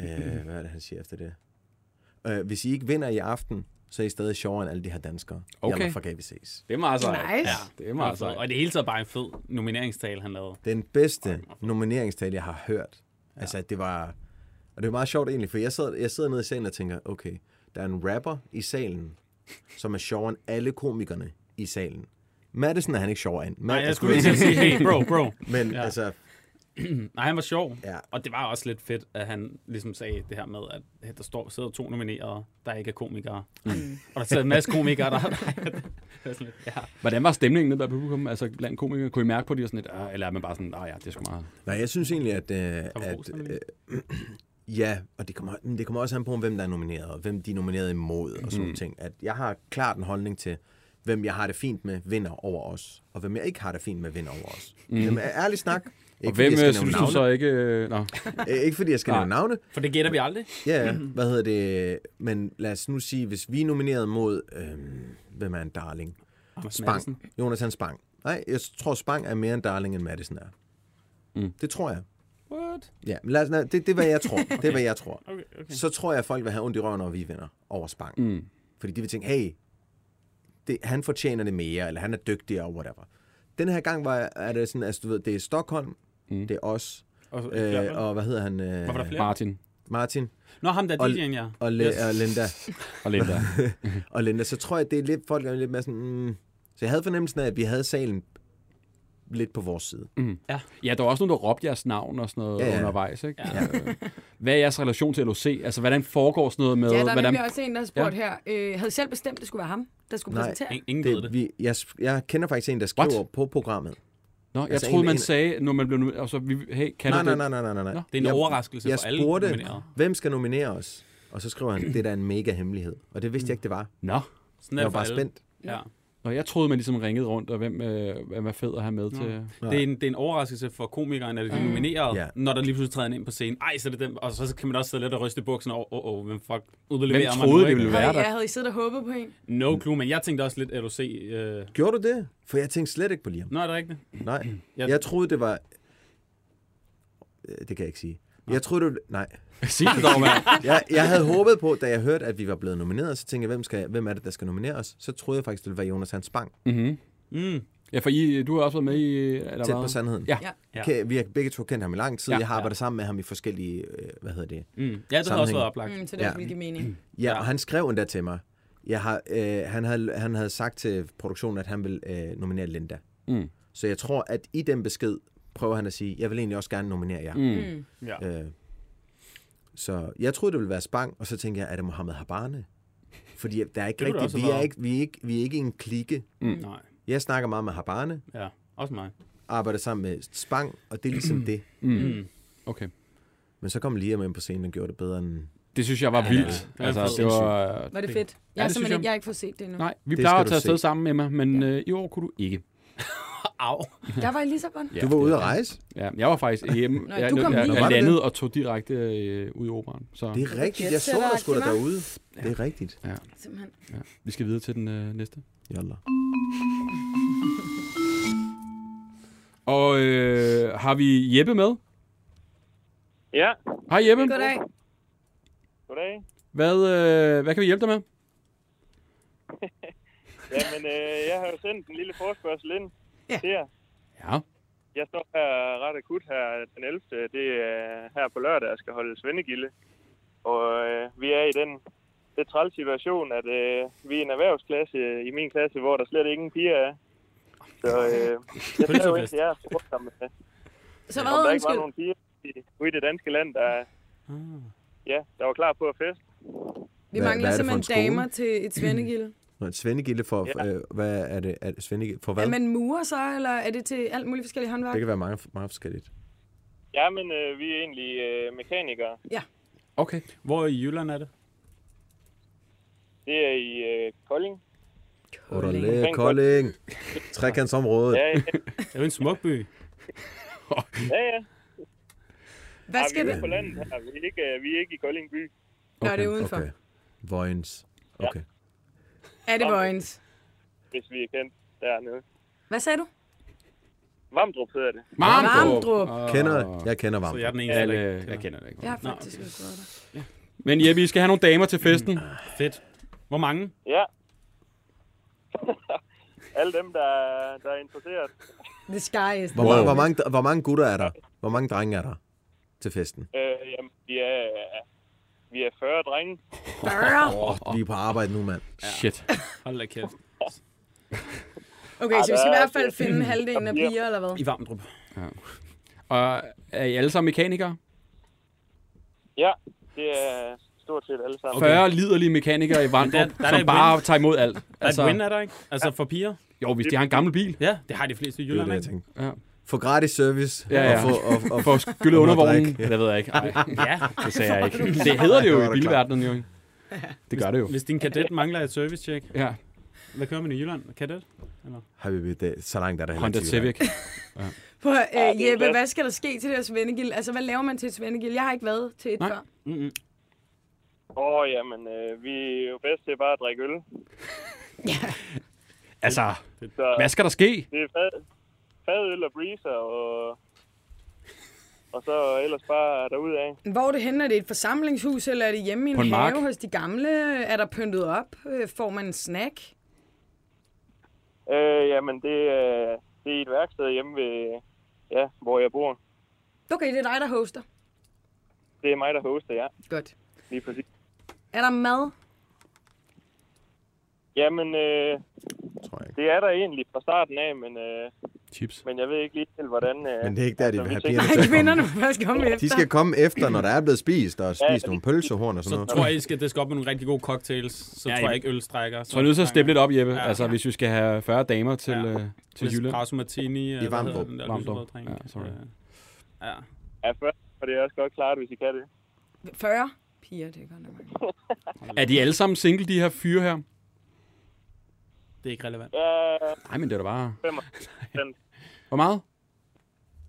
[SPEAKER 5] Øh, hvad er det, han siger efter det? Øh, hvis I ikke vinder i aften, så er I stadig sjovere end alle de her danskere.
[SPEAKER 2] Okay.
[SPEAKER 5] Jamen, for kan vi ses.
[SPEAKER 2] Det er meget sejt.
[SPEAKER 3] Nice.
[SPEAKER 4] Ja,
[SPEAKER 2] Det er meget sejt.
[SPEAKER 4] Og i det hele taget bare en fed nomineringstale, han lavede.
[SPEAKER 5] Den bedste nomineringstale, jeg har hørt. Altså, at det var... Og det var meget sjovt egentlig, for jeg sidder, jeg sidder nede i salen og tænker, okay, der er en rapper i salen, som er sjovere end alle komikerne i salen. Madison er han ikke sjovere end. Mad-
[SPEAKER 4] Nej, jeg skulle lige til at sige, hey, bro, bro.
[SPEAKER 5] Men ja. altså,
[SPEAKER 4] Nej, han var sjov.
[SPEAKER 5] Ja.
[SPEAKER 4] Og det var også lidt fedt, at han ligesom sagde det her med, at hey, der står, sidder to nominerede, der ikke er komikere. Mm. og der sidder en masse komikere, der... <laughs> Det er sådan lidt, ja.
[SPEAKER 2] Hvordan var stemningen nede bag publikum? Altså blandt komikere, kunne I mærke på det? Og sådan lidt, "Ah," eller er man bare sådan, nej, ja, det er sgu meget.
[SPEAKER 5] nej, jeg synes egentlig, at... Øh,
[SPEAKER 4] var god
[SPEAKER 5] at
[SPEAKER 4] stemning.
[SPEAKER 5] øh, <clears throat> ja, og det kommer, men det kommer også an på, hvem der er nomineret, og hvem de er nomineret imod, og sådan mm. ting. At jeg har klart en holdning til, hvem jeg har det fint med, vinder over os, og hvem jeg ikke har det fint med, vinder over os. Mm. Jamen, ærlig snak. Ikke,
[SPEAKER 2] Mhm. Og hvem
[SPEAKER 5] fordi jeg
[SPEAKER 2] øh,
[SPEAKER 5] skal
[SPEAKER 2] synes du
[SPEAKER 5] nævne
[SPEAKER 2] så ikke... Øh, nå.
[SPEAKER 5] navne. Øh, Ikke fordi jeg skal
[SPEAKER 2] Nej.
[SPEAKER 5] nævne navne.
[SPEAKER 4] For det gætter vi aldrig.
[SPEAKER 5] Ja, ja. hvad hedder det? Men lad os nu sige, hvis vi er nomineret mod... Øhm, hvem er en darling?
[SPEAKER 4] Madsen.
[SPEAKER 5] Spang. Jonathan Spang. Nej, jeg tror, Spang er mere en darling, end Madison er. Mm. Det tror jeg.
[SPEAKER 4] What?
[SPEAKER 5] Ja, men lad os, nej, det, det er, hvad jeg tror. Det er, hvad jeg tror.
[SPEAKER 4] <laughs> Okay, okay.
[SPEAKER 5] Så tror jeg, at folk vil have ondt i røven, når vi vinder over Spang. Mm. Fordi de vil tænke, hey, det, han fortjener det mere, eller han er dygtigere, og whatever. Den her gang var, er det sådan, altså du ved, det er Stockholm, mm. det er os,
[SPEAKER 4] Og, så-
[SPEAKER 5] øh, og hvad hedder han? Øh,
[SPEAKER 4] Hvorfor er der flere?
[SPEAKER 2] Martin
[SPEAKER 5] Martin
[SPEAKER 4] Nå, ham der
[SPEAKER 5] og-
[SPEAKER 4] DJ'en, ja.
[SPEAKER 5] og, Le- yes. og Linda.
[SPEAKER 2] og Linda.
[SPEAKER 5] og Linda, så tror jeg, det er lidt, folk er lidt mere sådan, mm. så jeg havde fornemmelsen af, at vi havde salen lidt på vores side. Mm.
[SPEAKER 2] Ja, der var også nogen, der råbte jeres navn og sådan noget
[SPEAKER 5] Ja,
[SPEAKER 2] ja,
[SPEAKER 5] ja.
[SPEAKER 2] ja. undervejs. Ikke? Ja. Hvad er jeres relation til LOC? Altså, hvordan foregår sådan noget med...
[SPEAKER 3] Ja, der er
[SPEAKER 2] hvordan...
[SPEAKER 3] nemlig også en, der har spurgt ja. her. Øh, havde selv bestemt, det skulle være ham, der skulle
[SPEAKER 5] Nej.
[SPEAKER 3] præsentere.
[SPEAKER 4] Ingen, ingen ved
[SPEAKER 5] Det,
[SPEAKER 4] det.
[SPEAKER 5] vi, jeg, jeg kender faktisk en, der skriver What? på programmet.
[SPEAKER 2] Nå, jeg
[SPEAKER 5] altså,
[SPEAKER 2] altså,
[SPEAKER 5] en-
[SPEAKER 2] troede, man
[SPEAKER 5] en-
[SPEAKER 2] sagde, når man blev... nu- Altså, vi... hey, kan
[SPEAKER 5] Nej,
[SPEAKER 2] du
[SPEAKER 5] nej,
[SPEAKER 2] det?
[SPEAKER 5] nej, nej, nej, nej.
[SPEAKER 2] Nå,
[SPEAKER 5] nej.
[SPEAKER 4] det er en overraskelse
[SPEAKER 5] jeg
[SPEAKER 4] for alle
[SPEAKER 5] spurgte,
[SPEAKER 4] nominerede.
[SPEAKER 5] hvem skal nominere os? Og så skriver han, det er da en mega hemmelighed. Og det vidste jeg ikke, det var.
[SPEAKER 2] Nå.
[SPEAKER 4] Sådan er Mm. det
[SPEAKER 5] Jeg var
[SPEAKER 4] for
[SPEAKER 5] bare
[SPEAKER 4] alle.
[SPEAKER 5] spændt.
[SPEAKER 4] Ja.
[SPEAKER 2] Nå, jeg troede, man ligesom ringede rundt, og hvem, øh, hvem er fed at have med til...
[SPEAKER 4] Det, er en, det er en overraskelse for komikeren, at de
[SPEAKER 2] Mm.
[SPEAKER 4] er nomineret,
[SPEAKER 5] Ja.
[SPEAKER 4] når der lige pludselig træder en ind på scenen. Ej, så er det dem. Og så kan man også sidde lidt og ryste i bukserne over, åh, oh, oh, hvem fuck udleverer
[SPEAKER 2] Hvem
[SPEAKER 4] mig
[SPEAKER 2] troede,
[SPEAKER 4] nu,
[SPEAKER 2] det
[SPEAKER 4] ikke?
[SPEAKER 2] ville være?
[SPEAKER 3] Havde,
[SPEAKER 2] der-
[SPEAKER 3] ja, havde I siddet og håbet på en?
[SPEAKER 4] No clue, men jeg tænkte også lidt LOC. Øh...
[SPEAKER 5] Gjorde du det? For jeg tænkte slet ikke på Liam.
[SPEAKER 4] Nå, er det rigtigt?
[SPEAKER 5] Nej.
[SPEAKER 4] Jeg-
[SPEAKER 5] Jeg troede, det var... Øh, Det kan jeg ikke sige. Jeg troede, det... Nej.
[SPEAKER 2] Sig <laughs> det dog, mand.
[SPEAKER 5] Jeg, jeg havde håbet på, da jeg hørte, at vi var blevet nomineret, så tænkte jeg, hvem, skal, hvem er det, der skal nominere os? Så troede jeg faktisk, det ville være Jonas Hans Bang.
[SPEAKER 4] Mm.
[SPEAKER 2] Ja, for I, du har også været med i... Eller
[SPEAKER 5] Tæt
[SPEAKER 2] hvad?
[SPEAKER 5] på sandheden.
[SPEAKER 2] Ja.
[SPEAKER 3] Ja.
[SPEAKER 4] Ja.
[SPEAKER 5] Kan- Vi har begge to kendt ham i lang tid.
[SPEAKER 2] Ja.
[SPEAKER 5] Jeg har arbejdet sammen med ham i forskellige... øh, Hvad hedder det?
[SPEAKER 4] Mm. Ja, det har også
[SPEAKER 5] Sammenhæng.
[SPEAKER 4] været oplagt.
[SPEAKER 3] Mm, så det
[SPEAKER 5] Ja.
[SPEAKER 3] ja. ville give mening.
[SPEAKER 5] Ja,
[SPEAKER 4] Ja.
[SPEAKER 5] og han skrev endda til mig. Jeg har, øh, han, havde, han havde sagt til produktionen, at han ville øh, nominere Linda.
[SPEAKER 2] Mm.
[SPEAKER 5] Så jeg tror, at i den besked prøver han at sige, jeg vil egentlig også gerne nominere jer.
[SPEAKER 2] Mm.
[SPEAKER 4] Ja.
[SPEAKER 5] Øh, så jeg troede, det ville være Spang, og så tænkte jeg, er det Mohammed Habane? Fordi der er
[SPEAKER 4] <laughs>
[SPEAKER 5] ikke
[SPEAKER 4] Det kunne det også
[SPEAKER 5] rigtigt, vi
[SPEAKER 4] have
[SPEAKER 5] er
[SPEAKER 4] været.
[SPEAKER 5] ikke, vi, er ikke, vi er ikke en klike.
[SPEAKER 4] Mm. Nej,
[SPEAKER 5] Jeg snakker meget med Habane,
[SPEAKER 4] ja. Også mig.
[SPEAKER 5] arbejder sammen med Spang, og det er
[SPEAKER 4] <clears throat>
[SPEAKER 5] ligesom det.
[SPEAKER 4] Mm.
[SPEAKER 2] mm. Okay.
[SPEAKER 5] Men så kom Liam ind på scenen og gjorde det bedre end...
[SPEAKER 2] Det synes jeg var vildt.
[SPEAKER 4] ja.
[SPEAKER 2] Altså,
[SPEAKER 4] Ja,
[SPEAKER 2] det var...
[SPEAKER 3] Var det fedt? Jeg,
[SPEAKER 2] det
[SPEAKER 3] ja,
[SPEAKER 2] synes
[SPEAKER 3] det
[SPEAKER 2] jeg.
[SPEAKER 3] ikke, jeg har ikke fået set det endnu.
[SPEAKER 2] Nej, vi
[SPEAKER 5] Det
[SPEAKER 2] plejer
[SPEAKER 5] skal
[SPEAKER 2] at
[SPEAKER 5] du
[SPEAKER 2] tage afsted
[SPEAKER 5] se.
[SPEAKER 2] sammen, Emma, men øh, i år kunne du ikke.
[SPEAKER 4] Au.
[SPEAKER 3] Der var i Lissabon.
[SPEAKER 2] Ja,
[SPEAKER 5] Du var
[SPEAKER 2] det-
[SPEAKER 5] ude at rejse?
[SPEAKER 2] Ja, jeg var faktisk hjemme.
[SPEAKER 3] Nå,
[SPEAKER 2] jeg,
[SPEAKER 3] du kom
[SPEAKER 2] jeg,
[SPEAKER 3] lige.
[SPEAKER 2] jeg,
[SPEAKER 5] Var det
[SPEAKER 2] landede og tog direkte øh, ud i operan. Så
[SPEAKER 5] Det er rigtigt, jeg så dig sgu da
[SPEAKER 3] Gætsætter,
[SPEAKER 5] derude. Det er rigtigt.
[SPEAKER 3] Simpelthen.
[SPEAKER 2] ja, vi skal videre til den øh, næste.
[SPEAKER 5] Jalla.
[SPEAKER 2] Og øh, har vi Jeppe med?
[SPEAKER 8] Ja,
[SPEAKER 2] Hej Jeppe.
[SPEAKER 3] Goddag.
[SPEAKER 8] goddag.
[SPEAKER 2] Hvad, øh, hvad kan vi hjælpe dig med?
[SPEAKER 8] Jamen, øh, jeg har jo sendt en lille forspørgsel ind
[SPEAKER 3] Ja.
[SPEAKER 8] til jer.
[SPEAKER 2] Ja.
[SPEAKER 8] Jeg står her ret akut her den 11. Det er her på lørdag, jeg skal holde Svendegilde. Og øh, vi er i den lidt træls situation, at øh, vi er en erhvervsklasse i min klasse, hvor der slet ingen piger er. Så øh,
[SPEAKER 3] <laughs>
[SPEAKER 8] jeg ser jo ind til jer og spurgte, om, øh,
[SPEAKER 3] Så
[SPEAKER 8] om der
[SPEAKER 3] hvad,
[SPEAKER 8] ikke
[SPEAKER 3] undskyld?
[SPEAKER 8] var
[SPEAKER 3] Ah.
[SPEAKER 8] nogen piger i- ude i det danske land, der, ja, der var klar på at feste.
[SPEAKER 3] Vi
[SPEAKER 5] Hvad-
[SPEAKER 3] mangler
[SPEAKER 5] hvad er det for
[SPEAKER 3] simpelthen
[SPEAKER 5] en skole? Mm.
[SPEAKER 3] damer til et svendegilde.
[SPEAKER 5] Nå, et Svendegilde for,
[SPEAKER 8] Ja.
[SPEAKER 5] øh, hvad er det? Er det Svendegilde for hvad?
[SPEAKER 3] Er man murer så, eller er det til alt muligt forskellige håndværk?
[SPEAKER 5] Det kan være mange, meget forskelligt.
[SPEAKER 8] Ja, men øh, vi er egentlig øh, mekanikere.
[SPEAKER 2] Okay.
[SPEAKER 4] Hvor i Jylland er det?
[SPEAKER 8] Det er i øh, Kolding.
[SPEAKER 5] Orale, Kolding,
[SPEAKER 8] <laughs>
[SPEAKER 5] trekantsområdet.
[SPEAKER 8] Ja, ja.
[SPEAKER 4] Det er jo en smuk by.
[SPEAKER 8] ja, ja.
[SPEAKER 3] Hvad
[SPEAKER 8] Ej,
[SPEAKER 3] skal
[SPEAKER 8] vi
[SPEAKER 3] det?
[SPEAKER 8] er på landet her. Vi er ikke, øh, vi er ikke i Kolding by.
[SPEAKER 3] Nå, det er udenfor.
[SPEAKER 5] Okay. Vojens. Okay.
[SPEAKER 3] Er det Vojens?
[SPEAKER 8] hvis vi er kendt dernede.
[SPEAKER 3] Hvad sagde du?
[SPEAKER 8] Vamdrup hedder det.
[SPEAKER 3] Varmdrup.
[SPEAKER 5] Kender, jeg kender varmt.
[SPEAKER 4] Så jeg er den eneste,
[SPEAKER 2] Alle,
[SPEAKER 4] der ikke
[SPEAKER 2] jeg
[SPEAKER 4] kender.
[SPEAKER 2] kender det ikke.
[SPEAKER 3] Jeg har faktisk ikke været der.
[SPEAKER 2] Men Jeppe, I skal have nogle damer til festen.
[SPEAKER 4] Mm. Fedt. Hvor mange?
[SPEAKER 8] Ja. <laughs> Alle dem, der, der er interesseret.
[SPEAKER 3] The sky is
[SPEAKER 5] Hvor, wow. hvor, mange, hvor mange gutter er der? Hvor mange drenge er der til festen?
[SPEAKER 8] Øh, jamen, vi er, vi er 40 drenge.
[SPEAKER 3] Burr.
[SPEAKER 5] Vi er på arbejde nu, mand.
[SPEAKER 2] Shit.
[SPEAKER 4] Hold da kæft.
[SPEAKER 3] Okay, så vi skal
[SPEAKER 8] der
[SPEAKER 3] i
[SPEAKER 8] er
[SPEAKER 3] hvert fald finde halvdelen af piger, eller hvad?
[SPEAKER 4] I Vamdrup.
[SPEAKER 2] Og er I alle sammen mekanikere?
[SPEAKER 8] Ja, det er stort set alle sammen.
[SPEAKER 2] Okay. 40 liderlige mekanikere i
[SPEAKER 4] der-
[SPEAKER 2] Vandrup,
[SPEAKER 4] der er da
[SPEAKER 2] som
[SPEAKER 4] et
[SPEAKER 2] bare
[SPEAKER 4] win.
[SPEAKER 2] tager imod alt.
[SPEAKER 4] Altså, win er der ikke? Altså for piger?
[SPEAKER 2] jo, hvis de har en gammel bil,
[SPEAKER 4] Ja, det har de fleste i
[SPEAKER 5] Det er
[SPEAKER 4] Jylland,
[SPEAKER 5] det, jeg
[SPEAKER 4] ikke?
[SPEAKER 5] tænkte.
[SPEAKER 2] Ja.
[SPEAKER 5] Få gratis service.
[SPEAKER 2] Ja, ja.
[SPEAKER 5] Og få, og, og,
[SPEAKER 2] får skyllet undervognen.
[SPEAKER 5] drikke.
[SPEAKER 2] Det ved jeg ikke. Ej,
[SPEAKER 4] Ja,
[SPEAKER 2] det sagde jeg ikke. Det hedder det
[SPEAKER 5] Det
[SPEAKER 2] jo
[SPEAKER 5] var da
[SPEAKER 2] i bilverdenen, jo. ikke? Det gør det jo.
[SPEAKER 4] hvis din kadet mangler et servicecheck.
[SPEAKER 2] Ja.
[SPEAKER 4] Hvad kører man i Jylland? Kan det?
[SPEAKER 5] Habibi, det, så langt er der heller
[SPEAKER 2] Honda
[SPEAKER 5] ikke til Jylland.
[SPEAKER 2] Civic.
[SPEAKER 3] På,
[SPEAKER 6] er
[SPEAKER 3] øh, Jeppe,
[SPEAKER 6] lidt.
[SPEAKER 3] hvad skal der ske til det her svendegild? Altså, hvad laver man til et svendegild? Jeg har ikke været til et
[SPEAKER 2] Nej.
[SPEAKER 3] før.
[SPEAKER 4] Mm-hmm.
[SPEAKER 8] Åh, oh, jamen, øh, vi er jo bedst til bare at drikke øl.
[SPEAKER 2] Altså,
[SPEAKER 8] Så
[SPEAKER 2] hvad skal der ske?
[SPEAKER 8] det er fad, fadøl og breezer, og, og så ellers bare derudad.
[SPEAKER 3] Hvor er det henne? Er det et forsamlingshus, eller er det hjemme i en,
[SPEAKER 2] På en
[SPEAKER 3] have
[SPEAKER 2] mark.
[SPEAKER 3] hos de gamle? Er der pyntet op? Øh, Får man en snack?
[SPEAKER 8] Øh, jamen, det, øh, det er et værksted hjemme ved, ja, hvor jeg bor.
[SPEAKER 3] Okay, det er dig, der hoster.
[SPEAKER 8] Det er mig, der hoster, ja,
[SPEAKER 3] Godt.
[SPEAKER 8] lige præcis.
[SPEAKER 3] Er der mad?
[SPEAKER 8] Jamen, øh,
[SPEAKER 5] Tror jeg ikke.
[SPEAKER 8] det er der egentlig fra starten af, men, øh,
[SPEAKER 2] Chips.
[SPEAKER 8] men jeg ved ikke lige helt, hvordan... Øh,
[SPEAKER 5] Men det er ikke der, de
[SPEAKER 8] altså,
[SPEAKER 5] vil
[SPEAKER 8] vi
[SPEAKER 5] have
[SPEAKER 8] tænker-
[SPEAKER 5] pigerne
[SPEAKER 3] Ej,
[SPEAKER 5] til at komme.
[SPEAKER 3] kvinderne må først komme efter.
[SPEAKER 5] De skal komme efter, når der er blevet spist, og spist
[SPEAKER 8] Ja.
[SPEAKER 5] nogle pølsehorn og
[SPEAKER 4] Så
[SPEAKER 5] sådan noget.
[SPEAKER 4] tror jeg, I skal det skal op med nogle rigtig gode cocktails. Så
[SPEAKER 2] Ja,
[SPEAKER 4] ja,
[SPEAKER 2] I-
[SPEAKER 4] tror jeg ikke, øl strækker.
[SPEAKER 2] Så er vi nødt til at steppe lidt op, Jeppe.
[SPEAKER 4] Ja.
[SPEAKER 2] Altså, hvis vi skal have 40 damer til,
[SPEAKER 4] Ja.
[SPEAKER 2] øh, til Jylland.
[SPEAKER 4] Espresso martini. øh, hvad
[SPEAKER 5] Vamdrup.
[SPEAKER 4] hedder den der
[SPEAKER 2] Vamdrup.
[SPEAKER 4] lyserøde drink?
[SPEAKER 2] Ja, sorry.
[SPEAKER 4] Øh, Ja.
[SPEAKER 8] Ja, først, og det er også godt klart, hvis I kan det.
[SPEAKER 3] 40 piger, det er godt nok. mange.
[SPEAKER 2] Er de alle sammen single, de her fyre her?
[SPEAKER 4] Det er ikke relevant.
[SPEAKER 8] Ja,
[SPEAKER 2] Nej, men det er da bare...
[SPEAKER 5] <laughs>
[SPEAKER 8] 95
[SPEAKER 2] Hvor meget?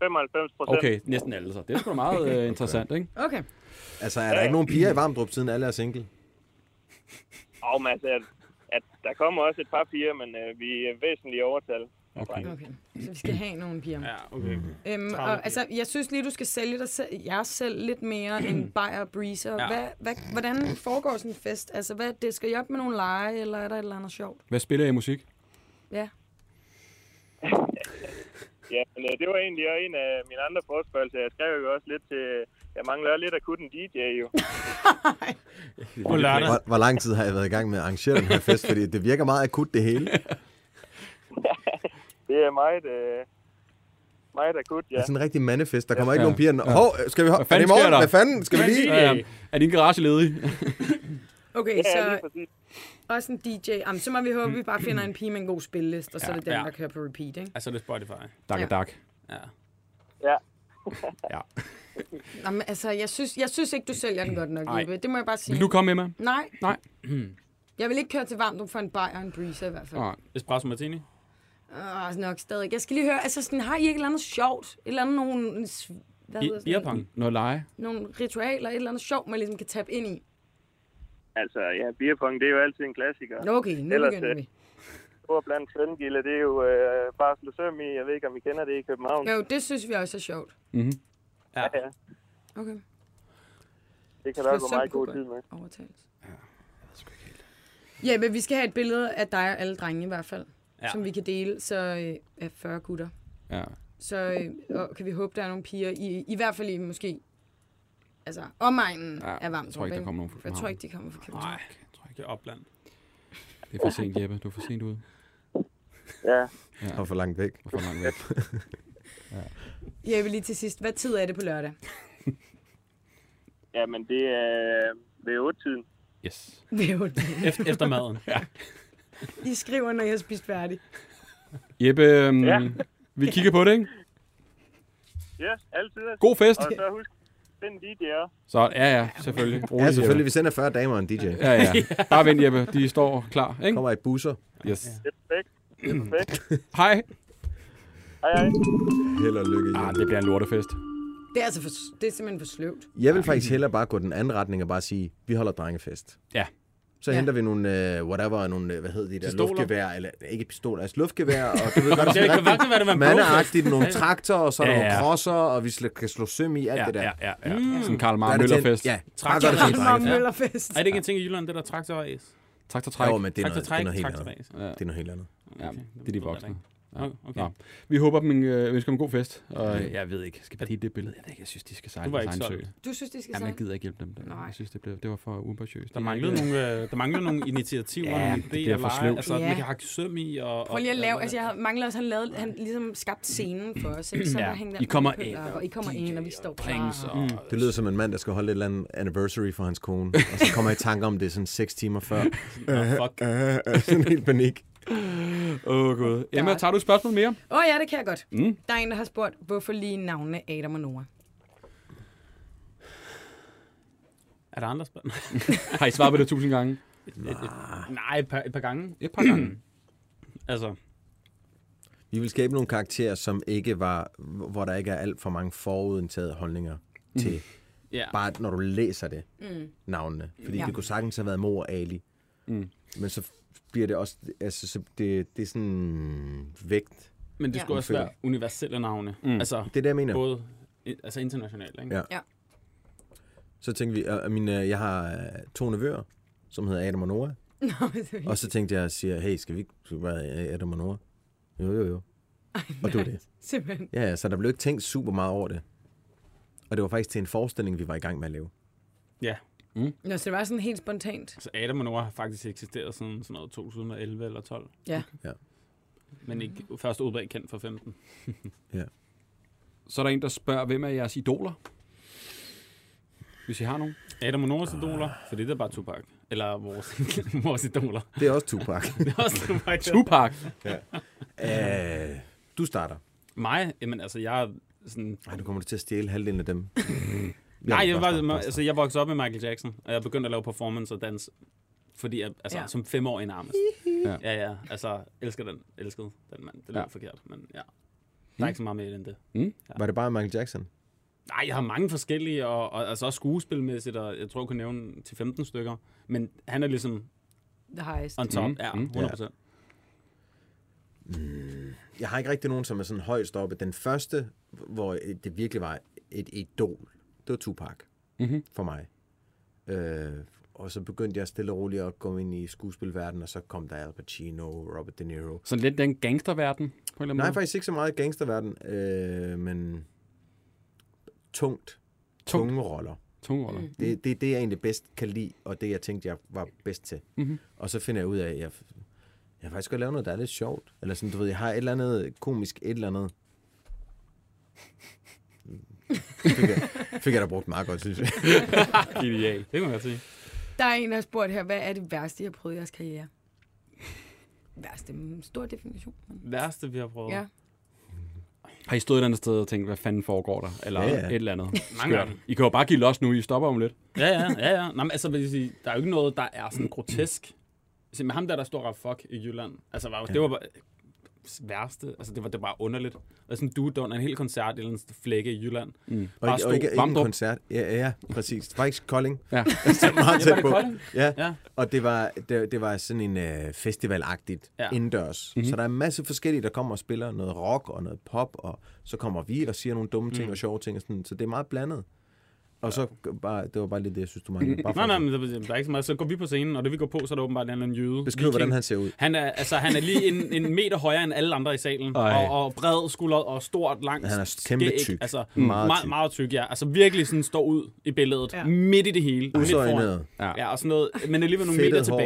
[SPEAKER 8] 95 procent.
[SPEAKER 2] Okay, næsten alle så. Det er sgu da meget <laughs> øh, interessant, ikke?
[SPEAKER 3] Okay.
[SPEAKER 5] Altså, er der ikke nogen piger i Varmdrup, siden alle er single?
[SPEAKER 8] Og men altså, at, at der kommer også et par piger, men øh, vi er væsentligt i overtal.
[SPEAKER 2] Okay.
[SPEAKER 3] okay. Så vi skal have nogle piger.
[SPEAKER 4] Ja, okay.
[SPEAKER 3] Øhm, og, altså, jeg synes lige, du skal sælge dig selv, jer selv lidt mere end Bayer Breezer. Ja.
[SPEAKER 4] Ja.
[SPEAKER 3] Hvad, hvad, hvordan foregår sådan en fest? Altså, hvad, det skal I op med nogle lege, eller er der et eller andet sjovt?
[SPEAKER 2] Hvad spiller I musik?
[SPEAKER 3] Ja.
[SPEAKER 8] Ja, men øh, det var egentlig også en af mine andre forspørgelser. Jeg skrev jo også lidt til... Jeg mangler lidt at kunne den DJ jo.
[SPEAKER 4] På lørdag.
[SPEAKER 5] Hvor, hvor lang tid har jeg været i gang med at arrangere den her fest? Fordi det virker meget akut, det hele. Ja.
[SPEAKER 8] Det er meget... Øh, meget akut,
[SPEAKER 5] Det
[SPEAKER 8] ja.
[SPEAKER 5] er sådan en rigtig mandefest. Der kommer ikke
[SPEAKER 2] Ja.
[SPEAKER 5] nogen piger. Ja. Hov, skal vi hoppe?
[SPEAKER 2] Hvad
[SPEAKER 5] Er det
[SPEAKER 2] fanden sker der?
[SPEAKER 5] i morgen? Hvad fanden? Skal vi lige?
[SPEAKER 2] Ja, er din garage ledig?
[SPEAKER 3] Okay,
[SPEAKER 8] Ja, lige
[SPEAKER 3] så
[SPEAKER 8] præcis.
[SPEAKER 3] også en DJ. Jamen, så må vi håbe, at vi bare finder en pige med en god spilleliste, og så er det den,
[SPEAKER 4] Ja.
[SPEAKER 3] der kører på repeat, ikke?
[SPEAKER 4] Altså, det er Spotify.
[SPEAKER 2] Dak,
[SPEAKER 3] Ja.
[SPEAKER 2] dak.
[SPEAKER 4] Ja.
[SPEAKER 8] Ja.
[SPEAKER 3] Jamen, altså, jeg synes, jeg synes ikke, du sælger den godt nok,
[SPEAKER 2] Nej.
[SPEAKER 3] Jeppe. Det må jeg bare sige.
[SPEAKER 2] Vil du komme, Emma?
[SPEAKER 3] Nej.
[SPEAKER 2] Nej.
[SPEAKER 3] Jeg vil ikke køre til varmt for en Bayer og en Breezer i hvert fald.
[SPEAKER 2] Nej.
[SPEAKER 4] Espresso martini.
[SPEAKER 3] Åh, nok stadig. Jeg skal lige høre, altså sådan, har I ikke et eller andet sjovt? Et eller andet nogle, sv- hvad hedder sådan
[SPEAKER 4] Bi-
[SPEAKER 3] noget?
[SPEAKER 4] Beerpong.
[SPEAKER 2] Noget lege?
[SPEAKER 3] nogle ritualer, et eller andet sjovt, man ligesom kan tabe ind i?
[SPEAKER 8] Altså, ja, beerpong, det er jo altid en klassiker.
[SPEAKER 3] Nå, okay, nu
[SPEAKER 8] Ellers,
[SPEAKER 3] begynder
[SPEAKER 8] øh,
[SPEAKER 3] vi.
[SPEAKER 8] Stor blandt svendgilde, det er jo øh, bare at slå søm i. Jeg ved ikke, om I kender det i København.
[SPEAKER 3] Jo, det synes vi også er sjovt.
[SPEAKER 4] Ja.
[SPEAKER 8] Ja,
[SPEAKER 3] Okay,
[SPEAKER 8] det kan der også
[SPEAKER 3] Slå
[SPEAKER 8] gå meget
[SPEAKER 3] søm
[SPEAKER 8] god
[SPEAKER 3] kunne
[SPEAKER 8] tid med.
[SPEAKER 3] overtagelse. Ja, men vi skal have et billede af dig og alle drenge i hvert fald, ja.
[SPEAKER 4] Ja.
[SPEAKER 3] som vi kan dele, så øh, af 40 gutter.
[SPEAKER 2] Ja.
[SPEAKER 3] Så øh, og kan vi håbe, der er nogle piger, i, i hvert fald i måske, altså omegnen
[SPEAKER 2] Ja,
[SPEAKER 3] ja, er varmt.
[SPEAKER 2] jeg tror ikke, der kommer nogen fra
[SPEAKER 3] Jeg tror
[SPEAKER 2] København.
[SPEAKER 3] ikke, de kommer fra København.
[SPEAKER 4] Nej, jeg tror ikke, det er opland.
[SPEAKER 2] Det er for sent, Jeppe. Du er for sent ude.
[SPEAKER 8] Ja,
[SPEAKER 5] Og for langt væk.
[SPEAKER 2] Og for langt væk.
[SPEAKER 3] Jeg vil lige til sidst, hvad tid er det på lørdag? <laughs>
[SPEAKER 8] ja men det er ved 8-tiden.
[SPEAKER 2] Yes.
[SPEAKER 3] Det er jo det.
[SPEAKER 4] Efter, efter
[SPEAKER 2] <laughs>
[SPEAKER 4] maden.
[SPEAKER 3] I skriver, når jeg har spist færdig.
[SPEAKER 2] Jeppe, øhm,
[SPEAKER 8] Ja.
[SPEAKER 2] vi kigger på det, ikke?
[SPEAKER 8] Ja, altid.
[SPEAKER 2] God fest!
[SPEAKER 8] Og
[SPEAKER 3] <laughs>
[SPEAKER 8] så husk, find en DJ også.
[SPEAKER 2] Så ja, ja, selvfølgelig. Rolig,
[SPEAKER 5] Ja,
[SPEAKER 2] Jeppe.
[SPEAKER 5] selvfølgelig. Vi sender 40 damer og en DJ.
[SPEAKER 2] Ja, <laughs> ja. Bare vent, Jeppe. De står klar, ikke?
[SPEAKER 5] Kommer i busser.
[SPEAKER 2] Yes.
[SPEAKER 8] Det er perfekt. Det er perfekt.
[SPEAKER 2] Hej.
[SPEAKER 8] Hej, hej.
[SPEAKER 5] Held og lykke.
[SPEAKER 2] Ah,
[SPEAKER 5] Jan.
[SPEAKER 2] det bliver en lortefest.
[SPEAKER 3] Det er, altså for, det er simpelthen for sløvt.
[SPEAKER 5] Jeg vil faktisk hellere bare gå den anden retning og bare sige, vi holder drengefest.
[SPEAKER 2] Ja.
[SPEAKER 5] Så
[SPEAKER 3] Ja.
[SPEAKER 5] henter vi nogle, øh, whatever, nogle, øh, hvad hedder de der,
[SPEAKER 4] Pistoler.
[SPEAKER 5] luftgevær, eller ikke pistoler, altså luftgevær, og
[SPEAKER 2] <laughs>
[SPEAKER 5] du ved godt,
[SPEAKER 4] Det kan
[SPEAKER 5] sådan
[SPEAKER 4] godt være, det var en brofest.
[SPEAKER 5] mandeagtigt, nogle traktorer, og så er der
[SPEAKER 2] Ja,
[SPEAKER 5] nogle
[SPEAKER 2] ja.
[SPEAKER 5] crosser, og vi sl- kan slå søm i, alt
[SPEAKER 2] Ja,
[SPEAKER 5] det der.
[SPEAKER 2] ja, ja. ja. Mm. Sådan Karl
[SPEAKER 5] Gør
[SPEAKER 2] Marr
[SPEAKER 5] det til en-
[SPEAKER 2] Møllerfest.
[SPEAKER 5] Ja, bare
[SPEAKER 4] Traktor-
[SPEAKER 5] gør det til en
[SPEAKER 3] Mark
[SPEAKER 5] drengefest.
[SPEAKER 3] Møllerfest.
[SPEAKER 4] Er det ikke en ting i Jylland, det der traktoræs?
[SPEAKER 2] Tak til træk.
[SPEAKER 5] Jo, men det er noget, det er
[SPEAKER 4] Traktortræk,
[SPEAKER 5] noget helt andet.
[SPEAKER 4] traktoræs.
[SPEAKER 5] Det er noget helt andet.
[SPEAKER 2] Ja, det er de voksne. Ja.
[SPEAKER 4] Okay, okay.
[SPEAKER 2] Nå. Vi håber, dem en, øh, ønsker dem en god fest. Og øh, jeg ved ikke, skal vi helt det billede? Jeg, ved ikke, jeg synes, de skal sejle
[SPEAKER 4] Du var
[SPEAKER 2] deres
[SPEAKER 4] ikke
[SPEAKER 2] egen sø.
[SPEAKER 4] solgt.
[SPEAKER 3] Du synes, det skal
[SPEAKER 2] Jamen, jeg
[SPEAKER 3] sige?
[SPEAKER 2] gider ikke hjælpe dem. Der.
[SPEAKER 3] Nej.
[SPEAKER 2] Jeg synes, det, blev, det var for uambitiøst.
[SPEAKER 4] Der
[SPEAKER 2] Det er
[SPEAKER 4] manglede,
[SPEAKER 2] ikke-
[SPEAKER 4] nogle, øh, der manglede nogle initiativer,
[SPEAKER 2] Ja,
[SPEAKER 4] ja, nogle
[SPEAKER 2] det
[SPEAKER 4] idéer,
[SPEAKER 2] bliver for
[SPEAKER 4] lege.
[SPEAKER 2] sløvt.
[SPEAKER 4] altså,
[SPEAKER 3] Ja.
[SPEAKER 4] man kan hakke søm i. Og,
[SPEAKER 3] Prøv lige at
[SPEAKER 4] og-
[SPEAKER 3] lave, altså jeg havde- mangler også, han, lavede, han ligesom skabt scenen for os, ikke? så
[SPEAKER 2] Ja.
[SPEAKER 3] der hængte
[SPEAKER 2] I kommer
[SPEAKER 3] alt muligt
[SPEAKER 2] ind,
[SPEAKER 3] op,
[SPEAKER 2] og
[SPEAKER 3] og I kommer ind, og vi står
[SPEAKER 4] Drinks
[SPEAKER 3] klar.
[SPEAKER 4] og... Mm.
[SPEAKER 5] Det lyder som en mand, der skal holde et eller andet anniversary for hans kone, og så kommer jeg i tanke om det sådan 6 timer <laughs> før.
[SPEAKER 4] fuck.
[SPEAKER 5] <laughs> Øh, øh, sådan helt panik.
[SPEAKER 2] Åh, oh, gud. Emma, tager du et spørgsmål mere?
[SPEAKER 3] Åh oh, ja, det kan jeg godt.
[SPEAKER 2] Mm.
[SPEAKER 3] Der er en, der har spurgt, hvorfor lige navnene Adam og Noah? <laughs>
[SPEAKER 4] Er der andre spørgsmål?
[SPEAKER 2] Har I svaret på det tusind gange?
[SPEAKER 4] Nej, et par, et par gange.
[SPEAKER 2] <clears throat> Et par gange.
[SPEAKER 4] Altså,
[SPEAKER 5] Vi vil skabe nogle karakterer, som ikke var, hvor der ikke er alt for mange forudindtagede holdninger til.
[SPEAKER 4] ja.
[SPEAKER 5] Bare når du læser det, mm. navnene. Fordi
[SPEAKER 3] Ja.
[SPEAKER 5] ja. det kunne sagtens have været mor og Ali. Mm. Men så bliver det også, altså så det, det er sådan vægt.
[SPEAKER 4] Men det
[SPEAKER 3] Ja.
[SPEAKER 4] skulle også være universelle navne. Mm. Altså,
[SPEAKER 5] Det er det, jeg mener.
[SPEAKER 4] både i- altså internationalt, ikke?
[SPEAKER 5] Ja.
[SPEAKER 3] Ja.
[SPEAKER 5] Så tænkte vi, og min, jeg har øh, to nevøer, som hedder Adam og Nora.
[SPEAKER 3] Nå, men det er
[SPEAKER 5] Og så tænkte jeg og siger, hey, skal vi ikke skal vi bare have Adam og Nora? Jo, jo, jo. Og det var det.
[SPEAKER 3] simpelthen.
[SPEAKER 5] Ja, ja, så der blev ikke tænkt super meget over det. Og det var faktisk til en forestilling, vi var i gang med at lave.
[SPEAKER 4] ja.
[SPEAKER 3] Nå, så det var sådan helt spontant.
[SPEAKER 4] Så Adam og Nora har faktisk eksisteret siden sådan noget 2011 eller 12.
[SPEAKER 3] Ja.
[SPEAKER 4] Men
[SPEAKER 2] Mm.
[SPEAKER 4] ikke først udbredt kendt for 15.
[SPEAKER 2] Så er der en, der spørger, hvem er jeres idoler? Hvis I har nogen.
[SPEAKER 4] Adam og Noras idoler, for det er bare Tupac. Eller vores, <laughs> vores
[SPEAKER 2] <laughs>
[SPEAKER 4] idoler.
[SPEAKER 5] Det er også
[SPEAKER 4] <laughs>
[SPEAKER 5] Tupac.
[SPEAKER 4] Det er også Tupac. ja.
[SPEAKER 2] Tupac.
[SPEAKER 5] Æh, Øh, du starter.
[SPEAKER 4] Mig? Jamen altså, jeg er sådan...
[SPEAKER 5] Ej, nu kommer du til at stjæle halvdelen af dem.
[SPEAKER 4] Nej, jeg,
[SPEAKER 5] bare
[SPEAKER 4] var,
[SPEAKER 5] starte.
[SPEAKER 4] altså, jeg voksede op med Michael Jackson, og jeg begyndte at lave performance og dans, fordi jeg, altså,
[SPEAKER 3] Ja.
[SPEAKER 4] ja. som femårig nærmest.
[SPEAKER 2] Ja.
[SPEAKER 4] ja. ja, ja. Altså, elsker den. Elskede den mand. Det lyder
[SPEAKER 2] Ja. Mm.
[SPEAKER 4] forkert, men ja. Der er ikke så meget mere end det.
[SPEAKER 5] Var det bare Michael Jackson?
[SPEAKER 4] Nej, jeg har mange forskellige, og, og altså også skuespilmæssigt, og jeg tror, jeg kunne nævne til 15 stykker. Men han er ligesom
[SPEAKER 3] The highest.
[SPEAKER 4] on top.
[SPEAKER 2] Mm,
[SPEAKER 4] Mm, ja,
[SPEAKER 2] mm.
[SPEAKER 4] 100 procent.
[SPEAKER 5] Jeg har ikke rigtig nogen, som er sådan højst oppe. Den første, hvor det virkelig var et idol, det var Tupac mm-hmm. for mig. Øh, og så begyndte jeg stille og roligt at gå ind i skuespilverdenen, og så kom der Al Pacino, Robert De Niro.
[SPEAKER 2] Sådan lidt den gangsterverden, på en eller anden
[SPEAKER 5] Nej,
[SPEAKER 2] måde.
[SPEAKER 5] faktisk ikke så meget gangsterverden, øh, men tungt. Tunge roller.
[SPEAKER 2] Tungroller.
[SPEAKER 4] Mm.
[SPEAKER 5] Det er det, er det, jeg egentlig bedst kan lide, og det, jeg tænkte, jeg var bedst til. Mm-hmm. Og så finder jeg ud af, at jeg, jeg vil faktisk godt lave noget, der er lidt sjovt. Eller sådan, du ved, jeg har et eller andet komisk, et eller andet. Fik jeg, fik jeg da brugt meget godt, synes jeg.
[SPEAKER 4] Ideal. Det kan man godt sige.
[SPEAKER 3] Der er en, der har spurgt her, hvad er det værste, I har prøvet i jeres karriere? Værste, mm, stor definition. men-
[SPEAKER 4] Værste, vi har prøvet.
[SPEAKER 3] Ja.
[SPEAKER 2] Har I stået et eller andet sted og tænkt, hvad fanden foregår der? Eller
[SPEAKER 5] Ja,
[SPEAKER 2] ja,
[SPEAKER 5] ja.
[SPEAKER 2] ja. et eller andet.
[SPEAKER 4] Mange
[SPEAKER 2] Skørt.
[SPEAKER 4] gange.
[SPEAKER 2] I kan jo bare give los nu, I stopper om lidt.
[SPEAKER 4] Ja, ja, ja. ja. Nå, men, altså, vil jeg sige, der er jo ikke noget, der er sådan grotesk. Se, med ham der, der står og fuck i Jylland. Altså, var, jo- det var bare værste. Altså, det var, det var bare underligt. Og sådan du under en hel koncert i en flække i Jylland. Mm.
[SPEAKER 5] Og ikke, og ikke, ikke en
[SPEAKER 2] Vamdrup.
[SPEAKER 5] koncert. Ja, ja, ja, præcis. Faktisk Kolding.
[SPEAKER 2] Ja.
[SPEAKER 5] meget
[SPEAKER 4] var
[SPEAKER 5] tæt
[SPEAKER 4] det
[SPEAKER 5] på.
[SPEAKER 4] Kolding?
[SPEAKER 5] Ja.
[SPEAKER 4] Ja.
[SPEAKER 5] ja. Og det var, det, det var sådan en øh, festivalagtigt
[SPEAKER 4] Ja. Mhm.
[SPEAKER 5] ja. indendørs. Mm-hmm. Så der er en masse forskellige, der kommer og spiller noget rock og noget pop, og så kommer vi og siger nogle dumme
[SPEAKER 4] Mhm.
[SPEAKER 5] ting mm. og sjove ting. Og sådan, så det er meget blandet. Og så g- bare, det var bare lidt det, jeg synes, du manglede. Bare for
[SPEAKER 4] Nej,
[SPEAKER 5] at
[SPEAKER 4] nej, men der, der er ikke så meget. Så går vi på scenen, og det vi går på, så er der åbenbart en eller anden jyde.
[SPEAKER 5] Beskriv, hvordan han ser ud.
[SPEAKER 4] Han er, altså, han er lige en, en meter højere end alle andre i salen.
[SPEAKER 5] Ej.
[SPEAKER 4] Og, og bred skuldret og stort, langt
[SPEAKER 5] Han er kæmpe
[SPEAKER 4] skæg.
[SPEAKER 5] tyk.
[SPEAKER 4] Altså,
[SPEAKER 5] Mm.
[SPEAKER 4] meget,
[SPEAKER 5] Meget
[SPEAKER 4] meget,
[SPEAKER 5] tyk.
[SPEAKER 4] meget tyk, ja. Altså virkelig sådan står ud i billedet. Ja. Midt i det hele. Midt foran.
[SPEAKER 5] Usøjnet.
[SPEAKER 4] Ja. ja, og sådan noget. Men alligevel nogle
[SPEAKER 5] Fedtet
[SPEAKER 4] meter
[SPEAKER 5] hår.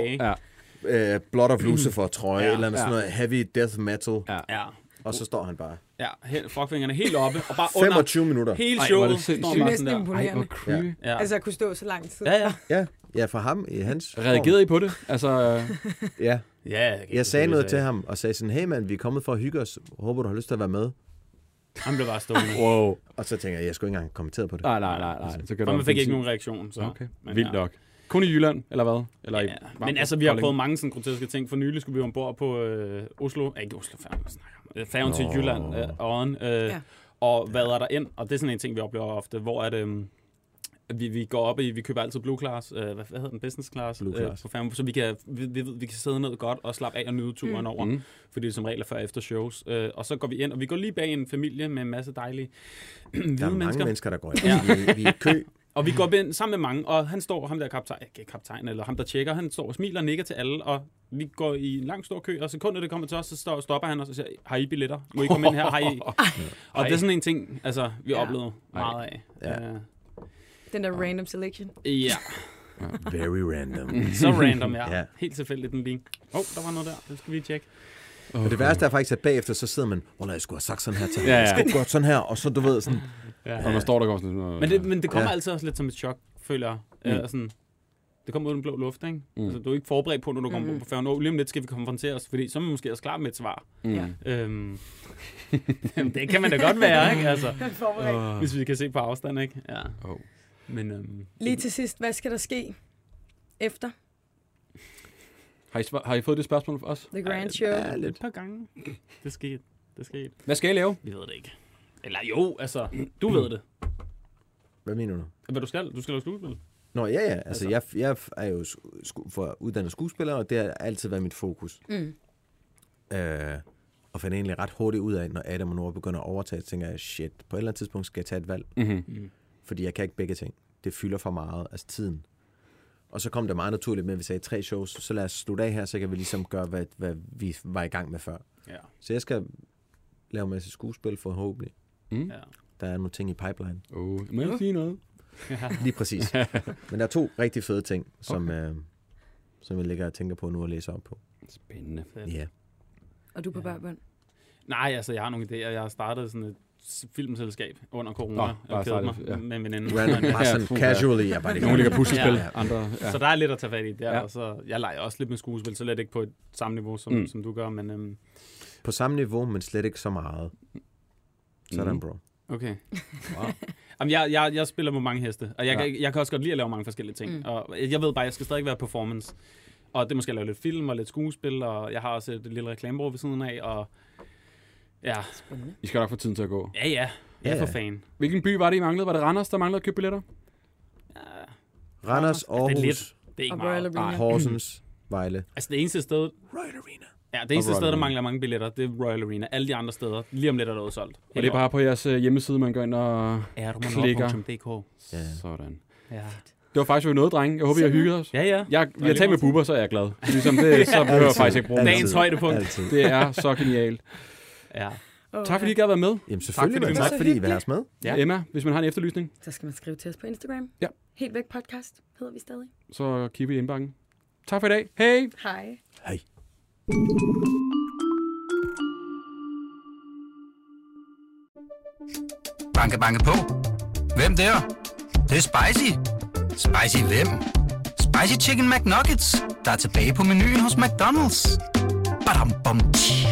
[SPEAKER 4] tilbage.
[SPEAKER 2] Ja.
[SPEAKER 5] Øh, Blood of Lucifer trøje,
[SPEAKER 4] Ja.
[SPEAKER 5] ja. eller andet, sådan noget heavy death metal. Ja.
[SPEAKER 4] Ja,
[SPEAKER 5] Og så står han bare.
[SPEAKER 4] ja. Helt, fuckfingerne helt oppe, og bare
[SPEAKER 5] 25
[SPEAKER 4] under
[SPEAKER 5] minutter.
[SPEAKER 4] hele
[SPEAKER 2] Ej, hvor er
[SPEAKER 4] showet.
[SPEAKER 2] det
[SPEAKER 4] står
[SPEAKER 2] sindssygt.
[SPEAKER 4] han
[SPEAKER 3] Det er
[SPEAKER 4] bare
[SPEAKER 3] næsten
[SPEAKER 4] sådan der.
[SPEAKER 2] Ej,
[SPEAKER 3] imponerende.
[SPEAKER 2] hvor creepy. Ja.
[SPEAKER 4] Ja.
[SPEAKER 3] Altså at kunne stå så lang tid.
[SPEAKER 4] Ja, ja.
[SPEAKER 5] Ja, ja for ham i hans...
[SPEAKER 2] Reagerede I på det? Altså,
[SPEAKER 5] Ja.
[SPEAKER 4] ja kan ikke
[SPEAKER 5] Jeg sagde noget til
[SPEAKER 4] forstå,
[SPEAKER 5] ham og sagde sådan, hey mand, vi er kommet for at hygge os. Håber, du har lyst til at være med.
[SPEAKER 4] det. Han blev bare stående.
[SPEAKER 2] wow.
[SPEAKER 5] Og så tænker jeg, jeg skulle ikke engang kommentere på det.
[SPEAKER 2] Nej, nej, nej, nej. Så kan
[SPEAKER 4] For
[SPEAKER 2] du-
[SPEAKER 4] man fik ikke nogen reaktion. Så.
[SPEAKER 2] Okay,
[SPEAKER 4] Men
[SPEAKER 2] vildt
[SPEAKER 4] ja.
[SPEAKER 2] nok. Kun i Jylland, eller hvad? Eller i
[SPEAKER 4] Ja. Men
[SPEAKER 2] Vamdrup,
[SPEAKER 4] altså, vi har
[SPEAKER 2] Kolding?
[SPEAKER 4] prøvet mange sådan groteske ting. For nylig skulle vi ombord på øh, Oslo. Eh, ikke Oslo, færgen, snakker om. Øh, Færgen til Jylland, øh, Odden, øh,
[SPEAKER 3] Ja.
[SPEAKER 4] Og hvad er der ind? Og det er sådan en ting, vi oplever ofte, hvor at, øhm, vi, vi går op i, vi køber altid blue class, øh, hvad, hvad hedder den, business class, øh,
[SPEAKER 5] Blue class.
[SPEAKER 4] på færgen, så vi kan, vi, vi, ved, vi kan sidde ned godt og slappe af og nyde turen mm. over, fordi det som regel er før og efter shows. Øh, og så går vi ind, og vi går lige bag en familie med en masse dejlige hvide
[SPEAKER 5] Der er mange
[SPEAKER 4] mennesker.
[SPEAKER 5] mennesker, der går i ja. vi, vi er i kø.
[SPEAKER 4] Og vi går ind sammen med mange, og han står, ham der kaptajn, ikke kaptajn, eller ham der tjekker, han står og smiler og nikker til alle, og vi går i en lang stor kø, og sekundet det kommer til os, så står, stopper han og så siger, har I billetter? Må I komme ind her? Har I? og det er sådan en ting, altså, vi
[SPEAKER 3] Ja.
[SPEAKER 4] ja. oplevede meget af. Ja. Uh,
[SPEAKER 3] Den der random selection.
[SPEAKER 4] ja.
[SPEAKER 5] Very random.
[SPEAKER 4] Så random, <laughs> ja. ja.
[SPEAKER 5] Ja.
[SPEAKER 4] Helt tilfældigt den lige. Åh, oh, der var noget der, det skal vi lige tjekke.
[SPEAKER 5] Og det værste er faktisk, at bagefter, så sidder man, åh oh, nej, jeg skulle have sagt sådan her til ham.
[SPEAKER 2] Ja,
[SPEAKER 5] Ja,
[SPEAKER 2] ja.
[SPEAKER 5] ja. Jeg skulle godt sådan her, og så du ved sådan,
[SPEAKER 2] Og man står der går sådan... øh,
[SPEAKER 4] Men det, men det kommer ja.
[SPEAKER 5] Ja.
[SPEAKER 4] altid også lidt som et chok, føler jeg. Mm. Øh, sådan, det kommer ud af den blå luft, ikke? Mm. Altså, du er ikke forberedt på, når du kommer mm. på færgen. Åh, Lige om lidt skal vi konfrontere os, fordi så er vi måske også klar med et svar.
[SPEAKER 2] Mm.
[SPEAKER 3] Ja.
[SPEAKER 4] Øhm, <laughs> jamen, det kan man da godt være, ikke? Altså,
[SPEAKER 3] <laughs> Forberedt.
[SPEAKER 4] hvis vi kan se på afstand, ikke? Ja.
[SPEAKER 2] Åh.
[SPEAKER 4] Men øhm,
[SPEAKER 3] Lige til sidst, hvad skal der ske efter?
[SPEAKER 2] Har I, sva- har I fået det spørgsmål fra os?
[SPEAKER 3] The Grand Show.
[SPEAKER 5] Ja, lidt.
[SPEAKER 4] Et par gange. Det skete. Det skete.
[SPEAKER 2] Hvad skal I lave?
[SPEAKER 4] Vi ved det ikke. Eller jo, altså, du ved det.
[SPEAKER 5] Hvad mener du?
[SPEAKER 4] Hvad du skal? Du skal lave skuespil.
[SPEAKER 5] Nå, ja, ja. Altså, jeg, jeg er jo sku- sku, for uddannet skuespiller, og det har altid været mit fokus. Mm. Øh, og fandt egentlig ret hurtigt ud af, når Adam og Nora begynder at overtage, tænker jeg, shit, på et eller andet tidspunkt skal jeg tage et valg. Mm-hmm. Fordi jeg kan ikke begge ting. Det fylder for meget, altså tiden. Og så kom det meget naturligt med, at vi sagde tre shows, så lad os slutte af her, så kan vi ligesom gøre, hvad, hvad vi var i gang med før.
[SPEAKER 4] Ja.
[SPEAKER 5] Så jeg skal lave en masse skuespil forhåbentlig.
[SPEAKER 4] ja.
[SPEAKER 5] Der er nogle ting i pipeline.
[SPEAKER 2] Oh, må jeg sige noget?
[SPEAKER 5] Lige præcis.
[SPEAKER 2] <laughs>
[SPEAKER 5] Men der er to rigtig fede ting, som, okay. øh, som jeg ligger og tænker på nu og læser op på.
[SPEAKER 2] Spændende.
[SPEAKER 5] Ja.
[SPEAKER 3] Og du er på børnbånd.
[SPEAKER 4] Nej, altså, jeg har nogle idéer. Jeg har startet sådan et s- filmselskab under corona.
[SPEAKER 2] Nå,
[SPEAKER 4] Nå,
[SPEAKER 2] bare
[SPEAKER 4] jeg kedede mig
[SPEAKER 2] startet, ja.
[SPEAKER 4] ja. med en veninde.
[SPEAKER 5] Random, bare sådan
[SPEAKER 2] puha.
[SPEAKER 5] casually. Jeg bare lige
[SPEAKER 2] Nogle ligger puslespil,
[SPEAKER 4] Ja,
[SPEAKER 2] ja, andre... Ja.
[SPEAKER 4] Så der er lidt at tage fat i der,
[SPEAKER 2] Ja.
[SPEAKER 4] ja. og så, jeg leger også lidt med skuespil, så lidt ikke på et samme niveau, som,
[SPEAKER 2] Mm.
[SPEAKER 4] mm. som du gør, men øhm,
[SPEAKER 5] På samme niveau, men slet ikke så meget. Sådan,
[SPEAKER 2] Mhm.
[SPEAKER 5] bro.
[SPEAKER 4] okay. Wow. Jamen, jeg, jeg, jeg spiller på mange heste, og jeg, ja. kan, jeg kan også godt lide at lave mange forskellige ting, mm. og jeg ved bare, at jeg skal stadig være performance, og det er måske at lave lidt film og lidt skuespil, og jeg har også et lille reklamebureau ved siden af, og ja,
[SPEAKER 3] Spændende.
[SPEAKER 2] I skal nok få tiden til at gå.
[SPEAKER 4] ja, ja,
[SPEAKER 5] Ja,
[SPEAKER 4] jeg er
[SPEAKER 5] ja.
[SPEAKER 4] for fan.
[SPEAKER 2] Hvilken by var det, I manglede? Var det Randers, der manglede at købe billetter?
[SPEAKER 5] Randers,
[SPEAKER 4] Det er
[SPEAKER 5] Aarhus,
[SPEAKER 4] lidt, det er ikke
[SPEAKER 3] Og Royal
[SPEAKER 4] meget.
[SPEAKER 3] Arena.
[SPEAKER 5] Horsens, Vejle.
[SPEAKER 4] Altså det eneste sted,
[SPEAKER 5] Right Arena.
[SPEAKER 4] ja, det eneste
[SPEAKER 2] Royal
[SPEAKER 4] sted, der
[SPEAKER 2] Arena.
[SPEAKER 4] mangler mange billetter, det er Royal Arena. Alle de andre steder, lige om lidt er der udsolgt.
[SPEAKER 2] Og det er bare på jeres øh, hjemmeside, man går ind og... klikker.
[SPEAKER 4] klikker.
[SPEAKER 5] Ja.
[SPEAKER 2] Sådan.
[SPEAKER 4] Ja.
[SPEAKER 2] Det var faktisk jo noget, drenge. Jeg håber, I har hygget os.
[SPEAKER 4] ja, ja.
[SPEAKER 2] Jeg, vi har talt med buber, så er jeg glad. Ligesom det, så behøver jeg faktisk ikke bruge
[SPEAKER 4] Dagens højdepunkt.
[SPEAKER 5] Altid.
[SPEAKER 2] Det er så genialt.
[SPEAKER 4] Ja.
[SPEAKER 2] Tak fordi I gad være med.
[SPEAKER 5] Jamen selvfølgelig,
[SPEAKER 4] fordi
[SPEAKER 5] tak
[SPEAKER 4] vi måtte.
[SPEAKER 5] fordi, tak, fordi I vil have os med.
[SPEAKER 2] Ja.
[SPEAKER 4] Ja.
[SPEAKER 2] Emma, hvis man har en efterlysning,
[SPEAKER 3] Så skal man skrive til os på Instagram.
[SPEAKER 2] Ja.
[SPEAKER 3] Helt væk podcast hedder vi stadig.
[SPEAKER 2] så kigger vi i indbakken. Tak for i dag. Hej!
[SPEAKER 3] Hej.
[SPEAKER 5] Hej.
[SPEAKER 1] Banke, banke på. Hvem der? Det, det er spicy. Spicy hvem? Spicy Chicken McNuggets, der er tilbage på menuen hos McDonald's. Badum, bom, tji.